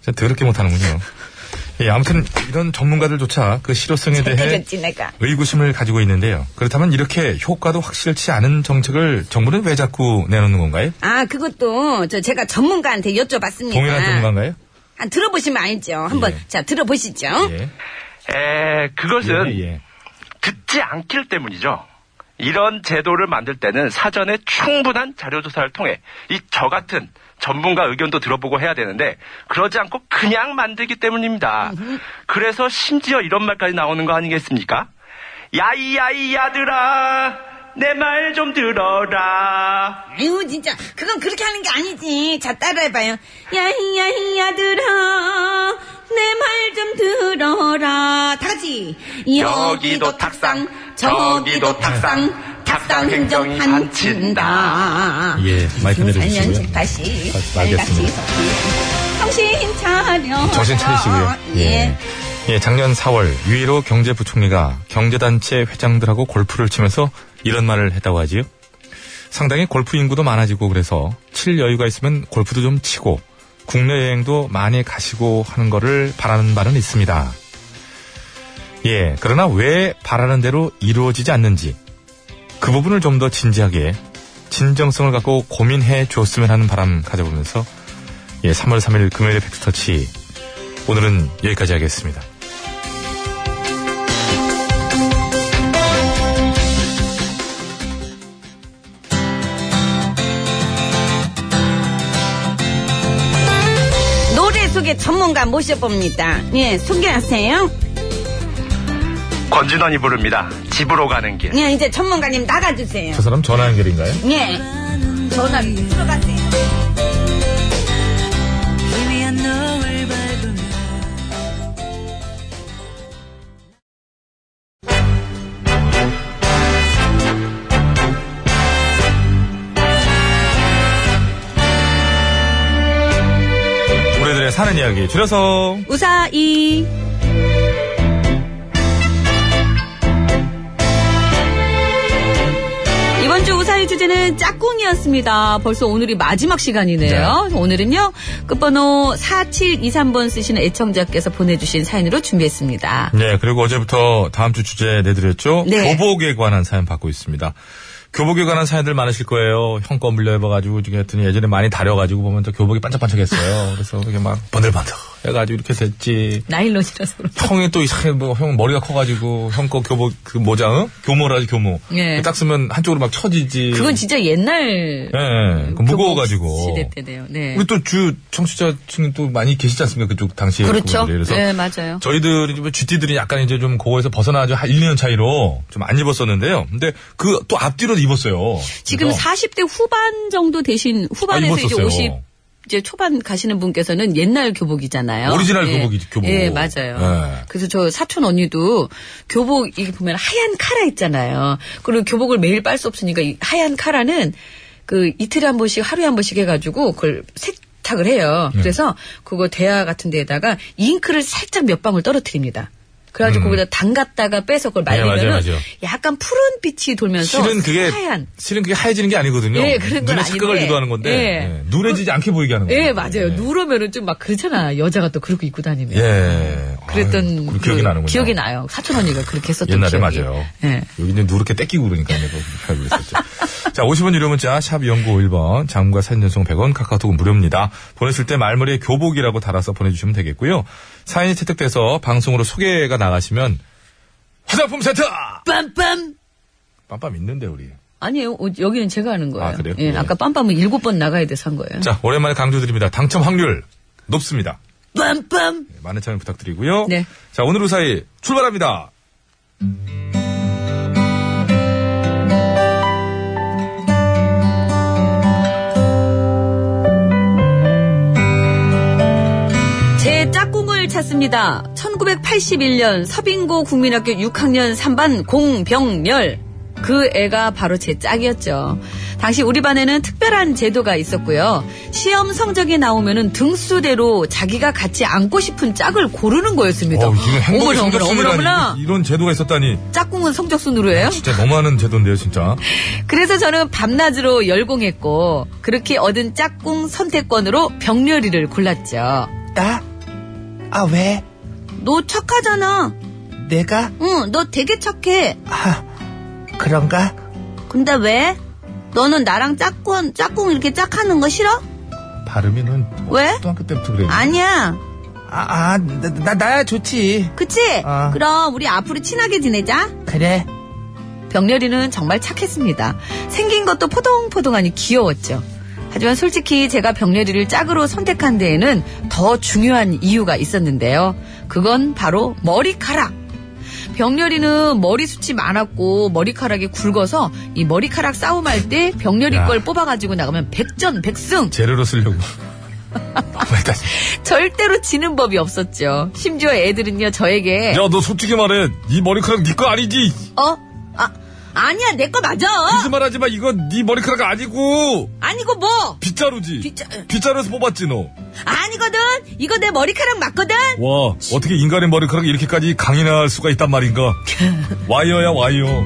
Speaker 1: 진짜 더럽게 못하는군요. 예, 아무튼 이런 전문가들조차 그 실효성에 대해
Speaker 2: 잘해줬지 내가.
Speaker 1: 의구심을 가지고 있는데요. 그렇다면 이렇게 효과도 확실치 않은 정책을 정부는 왜 자꾸 내놓는 건가요?
Speaker 2: 아 그것도 저 제가 전문가한테 여쭤봤습니다.
Speaker 1: 동일한 전문가인가요? 예.
Speaker 2: 아, 들어보시면 알죠. 한번 자 들어보시죠.
Speaker 14: 에, 그것은
Speaker 1: 예, 예.
Speaker 14: 듣지 않길 때문이죠. 이런 제도를 만들 때는 사전에 충분한 자료조사를 통해 이 저 같은 전문가 의견도 들어보고 해야 되는데 그러지 않고 그냥 만들기 때문입니다. 그래서 심지어 이런 말까지 나오는 거 아니겠습니까? 야이야이 야들아 내 말 좀 들어라
Speaker 2: 아유 진짜 그건 그렇게 하는 게 아니지. 자 따라해봐요. 야이야이야들아 내 말 좀 들어라. 다 같이
Speaker 14: 여기도 탁상, 저기도 탁상, 탁상 행정 안 친다.
Speaker 1: 예, 마이크
Speaker 2: 아니,
Speaker 1: 내려주시고요.
Speaker 2: 다시.
Speaker 1: 아, 알겠습니다.
Speaker 2: 정신 차려.
Speaker 1: 정신 차리시고요. 예. 예, 작년 4월 유일호 경제부총리가 경제단체 회장들하고 골프를 치면서 이런 말을 했다고 하지요. 상당히 골프 인구도 많아지고 그래서 칠 여유가 있으면 골프도 좀 치고 국내 여행도 많이 가시고 하는 거를 바라는 바는 있습니다. 예, 그러나 왜 바라는 대로 이루어지지 않는지 그 부분을 좀 더 진지하게 진정성을 갖고 고민해 줬으면 하는 바람 가져보면서 예, 3월 3일 금요일의 팩스터치 오늘은 여기까지 하겠습니다.
Speaker 2: 노래 소개 전문가 모셔봅니다. 예, 소개하세요.
Speaker 14: 권진원이 부릅니다. 집으로 가는 길.
Speaker 2: 예, 이제 전문가님 나가주세요.
Speaker 1: 저 사람 전화 연결인가요?
Speaker 2: 예. 전화 들어가세요.
Speaker 15: 희미한 너를 밟으며
Speaker 1: 우리들의 사는 이야기 줄여서
Speaker 2: 우사이.
Speaker 16: 이번 주 우사의 주제는 짝꿍이었습니다. 벌써 오늘이 마지막 시간이네요. 오늘은요, 끝번호 4723번 쓰시는 애청자께서 보내주신 사연으로 준비했습니다.
Speaker 1: 네 그리고 어제부터 다음 주 주제 내드렸죠.
Speaker 16: 네.
Speaker 1: 교복에 관한 사연 받고 있습니다. 교복에 관한 사연들 많으실 거예요. 형거 물려입어가지고 지금 했더니 예전에 많이 다려가지고 보면 또 교복이 반짝반짝했어요. 그래서 이게 막 번들번들 해가지고 이렇게 됐지.
Speaker 2: 나일론이라서
Speaker 16: 그렇죠.
Speaker 2: 그렇
Speaker 1: 형이 또 이상해, 뭐, 형 머리가 커가지고, 형 거 교복, 그 모자, 응? 교모라지, 교모.
Speaker 2: 예.
Speaker 1: 딱 쓰면 한쪽으로 막 처지지.
Speaker 2: 그건 진짜 옛날
Speaker 1: 예, 예. 그 예. 무거워가지고.
Speaker 2: 시대 때네요. 네.
Speaker 1: 우리 또 주 청취자층이 또 많이 계시지 않습니까? 그쪽 당시에.
Speaker 2: 그렇죠.
Speaker 1: 그분들이. 그래서
Speaker 2: 네, 맞아요.
Speaker 1: 저희들이 뭐 GT들이 약간 이제 좀 그거에서 벗어나죠. 한 1, 2년 차이로 좀 안 입었었는데요. 근데 그 또 앞뒤로 입었어요.
Speaker 2: 지금
Speaker 1: 그래서
Speaker 2: 40대 후반 정도 되신 후반에서
Speaker 1: 아,
Speaker 2: 이제
Speaker 1: 입었었어요.
Speaker 2: 50 이제 초반 가시는 분께서는 옛날 교복이잖아요.
Speaker 1: 오리지널 교복이지, 교복.
Speaker 2: 예, 맞아요.
Speaker 1: 네.
Speaker 2: 그래서 저 사촌 언니도 교복 이게 보면 하얀 카라 있잖아요. 그리고 교복을 매일 빨 수 없으니까 이 하얀 카라는 그 이틀에 한 번씩 하루에 한 번씩 해가지고 그걸 세탁을 해요.
Speaker 1: 네.
Speaker 2: 그래서 그거 대야 같은 데에다가 잉크를 살짝 몇 방울 떨어뜨립니다. 그래가지고
Speaker 1: 음.
Speaker 2: 거기다 담갔다가 빼서 그걸
Speaker 1: 네,
Speaker 2: 말리면은
Speaker 1: 맞아요, 맞아요.
Speaker 2: 약간 푸른 빛이 돌면서
Speaker 1: 실은 그게
Speaker 2: 하얀
Speaker 1: 실은 그게 하얘지는 게 아니거든요.
Speaker 2: 예, 그런 건
Speaker 1: 눈의 착각을
Speaker 2: 아닌데.
Speaker 1: 유도하는 건데
Speaker 2: 예.
Speaker 1: 예, 눈에 지지 않게 보이게 하는 거예요.
Speaker 2: 예, 맞아요. 누르면은 좀 막 그렇잖아. 여자가 또 그러고 입고 다니면.
Speaker 1: 예.
Speaker 2: 그랬던
Speaker 1: 아유, 그
Speaker 2: 그
Speaker 1: 기억이 나는군요.
Speaker 2: 기억이 나요. 사촌 언니가 그렇게 했었던
Speaker 1: 옛날에
Speaker 2: 기억이.
Speaker 1: 맞아요.
Speaker 2: 예.
Speaker 1: 여기 이제 누렇게 떼끼고 그러니까 내가 그렇게 그랬었죠. 자, 50원 유료 문자 샵 0951번 장과 사진 연속 100원 카카오톡은 무료입니다. 보냈을 때 말머리에 교복이라고 달아서 보내주시면 되겠고요. 사연이 채택돼서 방송으로 소개가 나가시면 화장품 세트!
Speaker 2: 빰빰.
Speaker 1: 빰빰 있는데 우리.
Speaker 2: 아니에요. 어, 여기는 제가 하는 거예요.
Speaker 1: 아, 그래요?
Speaker 2: 예,
Speaker 1: 예.
Speaker 2: 아까 빰빰은 일곱 번 나가야 돼서 한 거예요.
Speaker 1: 자, 오랜만에 강조드립니다. 당첨 확률 높습니다.
Speaker 2: 빰빰.
Speaker 1: 네, 많은 참여 부탁드리고요.
Speaker 2: 네.
Speaker 1: 자, 오늘 우사히 출발합니다.
Speaker 2: 제 짝꿍을 찾습니다. 1981년 서빙고 국민학교 6학년 3반 공병렬. 그 애가 바로 제 짝이었죠. 당시 우리 반에는 특별한 제도가 있었고요. 시험 성적이 나오면은 등수대로 자기가 같이 안고 싶은 짝을 고르는 거였습니다.
Speaker 1: 어, 이건 행복의
Speaker 2: 어머나, 어머나, 어머나, 어머나.
Speaker 1: 성적순이라니. 이런 제도가 있었다니.
Speaker 2: 짝꿍은 성적순으로 해요?
Speaker 1: 진짜 너무하는 제도인데요, 진짜.
Speaker 2: 그래서 저는 밤낮으로 열공했고 그렇게 얻은 짝꿍 선택권으로 병렬이를 골랐죠.
Speaker 10: 나? 아, 왜?
Speaker 2: 너 착하잖아.
Speaker 10: 내가?
Speaker 2: 응, 너 되게 착해.
Speaker 6: 아,
Speaker 10: 그런가?
Speaker 2: 근데 왜? 너는 나랑 짝꿍, 짝꿍 이렇게 짝하는 거 싫어?
Speaker 1: 발음이 는
Speaker 2: 왜?
Speaker 1: 초등학교 때부터 그래요.
Speaker 2: 아니야.
Speaker 10: 아, 아, 나, 나, 나야 좋지.
Speaker 2: 그치?
Speaker 10: 아.
Speaker 2: 그럼 우리 앞으로 친하게 지내자.
Speaker 10: 그래.
Speaker 2: 병렬이는 정말 착했습니다. 생긴 것도 포동포동하니 귀여웠죠. 하지만 솔직히 제가 병렬이를 짝으로 선택한 데에는 더 중요한 이유가 있었는데요. 그건 바로 머리카락. 병렬이는 머리숱이 많았고 머리카락이 굵어서 이 머리카락 싸움할 때 병렬이
Speaker 1: 야.
Speaker 2: 걸 뽑아가지고 나가면 백전백승
Speaker 1: 재료로 쓰려고. 너무했다.
Speaker 2: 절대로 지는 법이 없었죠. 심지어 애들은요 저에게
Speaker 1: 야, 너 솔직히 말해. 네 머리카락 네 거 아니지?
Speaker 2: 어? 아, 아니야 내 거 맞아.
Speaker 1: 거짓말 하지 마. 이거 네 머리카락 아니고.
Speaker 2: 아니고 뭐?
Speaker 1: 빗자루지.
Speaker 2: 빗자- 예.
Speaker 1: 빗자루에서 뽑았지, 너.
Speaker 2: 아니거든. 이거 내 머리카락 맞거든.
Speaker 1: 와, 어떻게 인간의 머리카락이 이렇게까지 강인할 수가 있단 말인가? 와이어야, 와이어.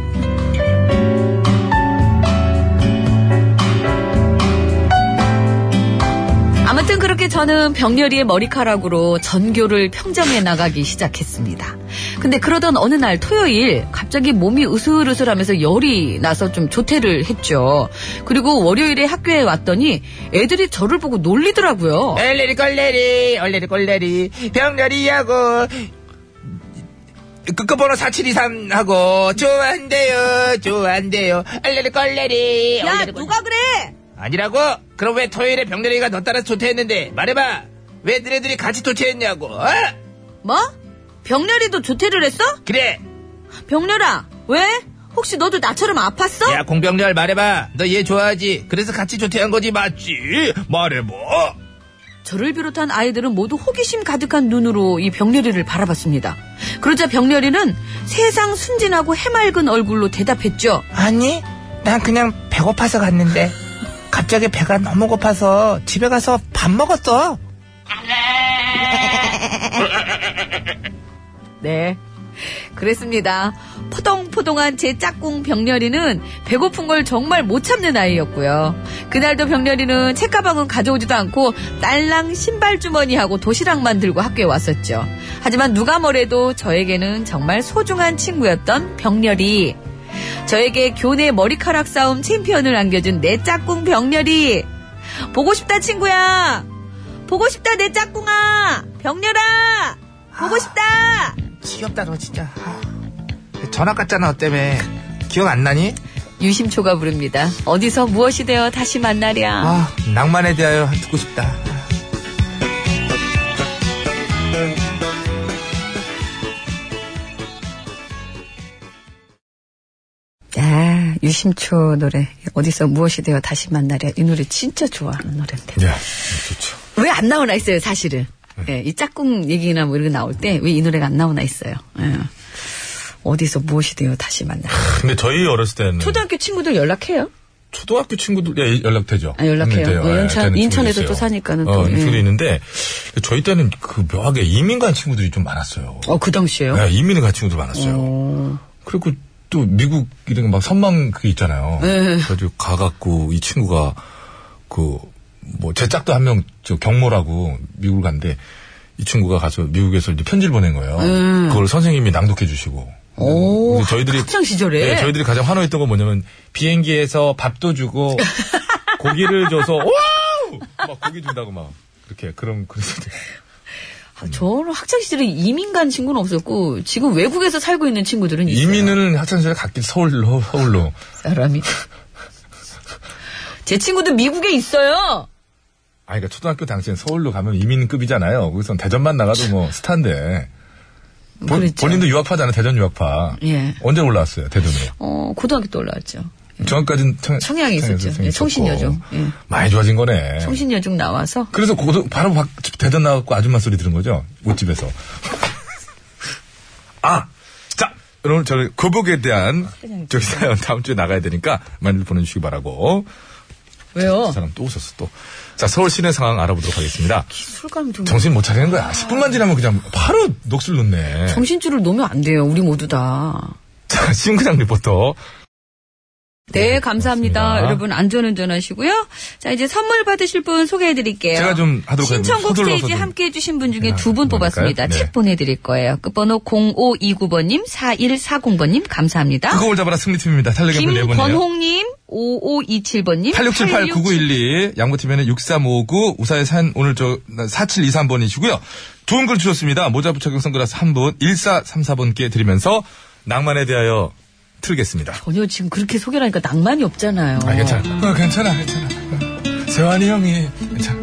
Speaker 2: 아무튼 그렇게 저는 병렬이의 머리카락으로 전교를 평정해 나가기 시작했습니다. 근데 그러던 어느 날 토요일 갑자기 몸이 으슬으슬하면서 열이 나서 좀 조퇴를 했죠. 그리고 월요일에 학교에 왔더니 애들이 저를 보고 놀리더라고요.
Speaker 10: 얼레리 꼴레리, 얼레리 꼴레리, 병렬이하고, 끝번호 4723하고, 좋아한대요, 좋아한대요, 얼레리 꼴레리.
Speaker 7: 야,
Speaker 10: 얼레리 꼴레리.
Speaker 7: 누가
Speaker 2: 그래?
Speaker 10: 아니라고? 그럼 왜 토요일에 병렬이가 너 따라서 조퇴했는데, 말해봐. 왜 너네들이 같이 조퇴했냐고, 어?
Speaker 2: 뭐? 병렬이도 조퇴를 했어?
Speaker 10: 그래.
Speaker 2: 병렬아, 왜? 혹시 너도 나처럼 아팠어?
Speaker 10: 야, 공병렬 말해봐. 너 얘 좋아하지? 그래서 같이 조퇴한 거지, 맞지? 말해봐.
Speaker 2: 저를 비롯한 아이들은 모두 호기심 가득한 눈으로 이 병렬이를 바라봤습니다. 그러자 병렬이는 세상 순진하고 해맑은 얼굴로 대답했죠.
Speaker 10: 아니, 난 그냥 배고파서 갔는데 갑자기 배가 너무 고파서 집에 가서 밥 먹었어.
Speaker 2: 네. 그랬습니다. 포동포동한 제 짝꿍 병렬이는 배고픈 걸 정말 못 참는 아이였고요. 그날도 병렬이는 책가방은 가져오지도 않고 딸랑 신발주머니하고 도시락만 들고 학교에 왔었죠. 하지만 누가 뭐래도 저에게는 정말 소중한 친구였던 병렬이. 저에게 교내 머리카락 싸움 챔피언을 안겨준 내 짝꿍 병렬이. 보고 싶다 친구야! 보고 싶다 내 짝꿍아!
Speaker 7: 병렬아 보고 싶다.
Speaker 10: 귀엽다 너 진짜.
Speaker 11: 전화 갔잖아, 어때매. 기억 안 나니?
Speaker 2: 유심초가 부릅니다. 어디서 무엇이 되어 다시 만나랴.
Speaker 11: 아, 낭만에 대하여 듣고 싶다.
Speaker 2: 아, 유심초 노래. 어디서 무엇이 되어 다시 만나랴. 이 노래 진짜 좋아하는 노래인데.
Speaker 1: 네.
Speaker 2: 왜 안 나오나 있어요, 사실은. 예, 이 짝꿍 얘기나 뭐 이런 거 나올 때 왜 이 노래가 안 나오나 있어요. 예. 어디서 무엇이 되어 다시 만나.
Speaker 1: 근데 저희 어렸을 때는
Speaker 2: 초등학교 친구들 연락해요?
Speaker 1: 초등학교 친구들 예, 연락되죠.
Speaker 2: 아, 연락해요.
Speaker 1: 연락돼요.
Speaker 2: 어,
Speaker 1: 예,
Speaker 2: 연천-
Speaker 1: 되는 친구들
Speaker 2: 인천에서
Speaker 1: 있어요.
Speaker 2: 또 사니까는
Speaker 1: 어,
Speaker 2: 또,
Speaker 1: 인천에
Speaker 2: 예.
Speaker 1: 있는데 저희 때는 그 묘하게 이민간 친구들이 좀 많았어요.
Speaker 2: 어, 그 당시에요?
Speaker 1: 예, 이민을 간 친구들 많았어요. 그리고 또 미국 이런 막 선망 그게 있잖아요.
Speaker 2: 예.
Speaker 1: 그래가지고 가갖고 이 친구가 그 뭐 제 짝도 한 명 저 경모라고 미국을 간데 이 친구가 가서 미국에서 이제 편지를 보낸 거예요.
Speaker 2: 음.
Speaker 1: 그걸 선생님이 낭독해 주시고.
Speaker 2: 오,
Speaker 1: 근데 뭐 저희들이
Speaker 2: 학창 시절에.
Speaker 1: 네, 저희들이 가장 환호했던 건 뭐냐면 비행기에서 밥도 주고 고기를 줘서 와우 막 고기 준다고 막 이렇게 그런 그래서
Speaker 2: 아, 저는 학창 시절에 이민간 친구는 없었고 지금 외국에서 살고 있는 친구들은 있어요.
Speaker 1: 이민은 학창시절에 갔길 서울로 서울로
Speaker 2: 사람이 제 친구도 미국에 있어요.
Speaker 1: 아니 그러니까 초등학교 당시엔 서울로 가면 이민급이잖아요. 거기선 대전만 나가도 뭐 스타인데 본-
Speaker 2: 그랬죠.
Speaker 1: 본인도 유학파잖아요. 대전 유학파
Speaker 2: 그렇죠. 예.
Speaker 1: 언제 올라왔어요 대전에
Speaker 2: 어, 고등학교 때 올라왔죠.
Speaker 1: 네. 저까지는 청,
Speaker 2: 예. 청양에 있었죠.
Speaker 1: 청양에서
Speaker 2: 예, 청신여중.
Speaker 1: 있었고.
Speaker 2: 예.
Speaker 1: 많이 좋아진 거네.
Speaker 2: 청신여중 나와서
Speaker 1: 그래서 고등- 바로 박- 대전 나왔고 아줌마 소리 들은 거죠 옷집에서. 아, 자 오늘 저는 교복에
Speaker 2: 아,
Speaker 1: 대한 저기 사연 다음 주에 나가야 되니까 많이 보내주시기 바라고.
Speaker 2: 왜요?
Speaker 1: 이 사람 또 웃었어 또. 자 서울 시내 상황 알아보도록 하겠습니다.
Speaker 2: 술감 좀
Speaker 1: 정신 못 차리는 거야. 10분만 지나면 그냥 바로 녹슬 놓네.
Speaker 2: 정신줄을 놓으면 안 돼요. 우리 모두 다.
Speaker 1: 자 심근양 리포터.
Speaker 2: 네, 감사합니다.
Speaker 1: 고맙습니다.
Speaker 2: 여러분 안전운전 하시고요. 자, 이제 선물 받으실 분 소개해 드릴게요.
Speaker 1: 제가 좀 하도록 하겠습니다.
Speaker 2: 신청곡
Speaker 1: 서둘러서
Speaker 2: 스테이지
Speaker 1: 좀
Speaker 2: 함께 해 주신 분 중에 두 분
Speaker 1: 해볼까요?
Speaker 2: 뽑았습니다.
Speaker 1: 네.
Speaker 2: 책 보내 드릴 거예요. 끝번호 0529번 님, 4140번 님 감사합니다.
Speaker 1: 그거 올잡아라 승리팀입니다. 탄력의 분네 분이에요.
Speaker 2: 김권홍님, 5527번님,
Speaker 1: 8678-9912, 양보팀에는 6359, 우사의 산, 오늘 저, 4723번이시고요. 좋은 글 주셨습니다. 모자 부착용 선글라스 한 분, 1434번께 드리면서, 낭만에 대하여 틀겠습니다.
Speaker 2: 전혀 지금 그렇게 소개를 하니까 낭만이 없잖아요.
Speaker 1: 아, 괜찮아. 어, 괜찮아, 괜찮아. 세환이 형이, 괜찮아.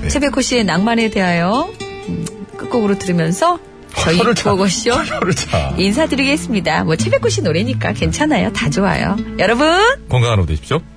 Speaker 1: 네.
Speaker 2: 최백호 씨의 낭만에 대하여 음, 끝곡으로 들으면서 저희
Speaker 1: 혀를 차.
Speaker 2: 보고쇼
Speaker 1: 혀를 차.
Speaker 2: 인사드리겠습니다. 뭐 최백호 씨 노래니까 괜찮아요. 다 좋아요. 여러분
Speaker 1: 건강한 오후 되십시오.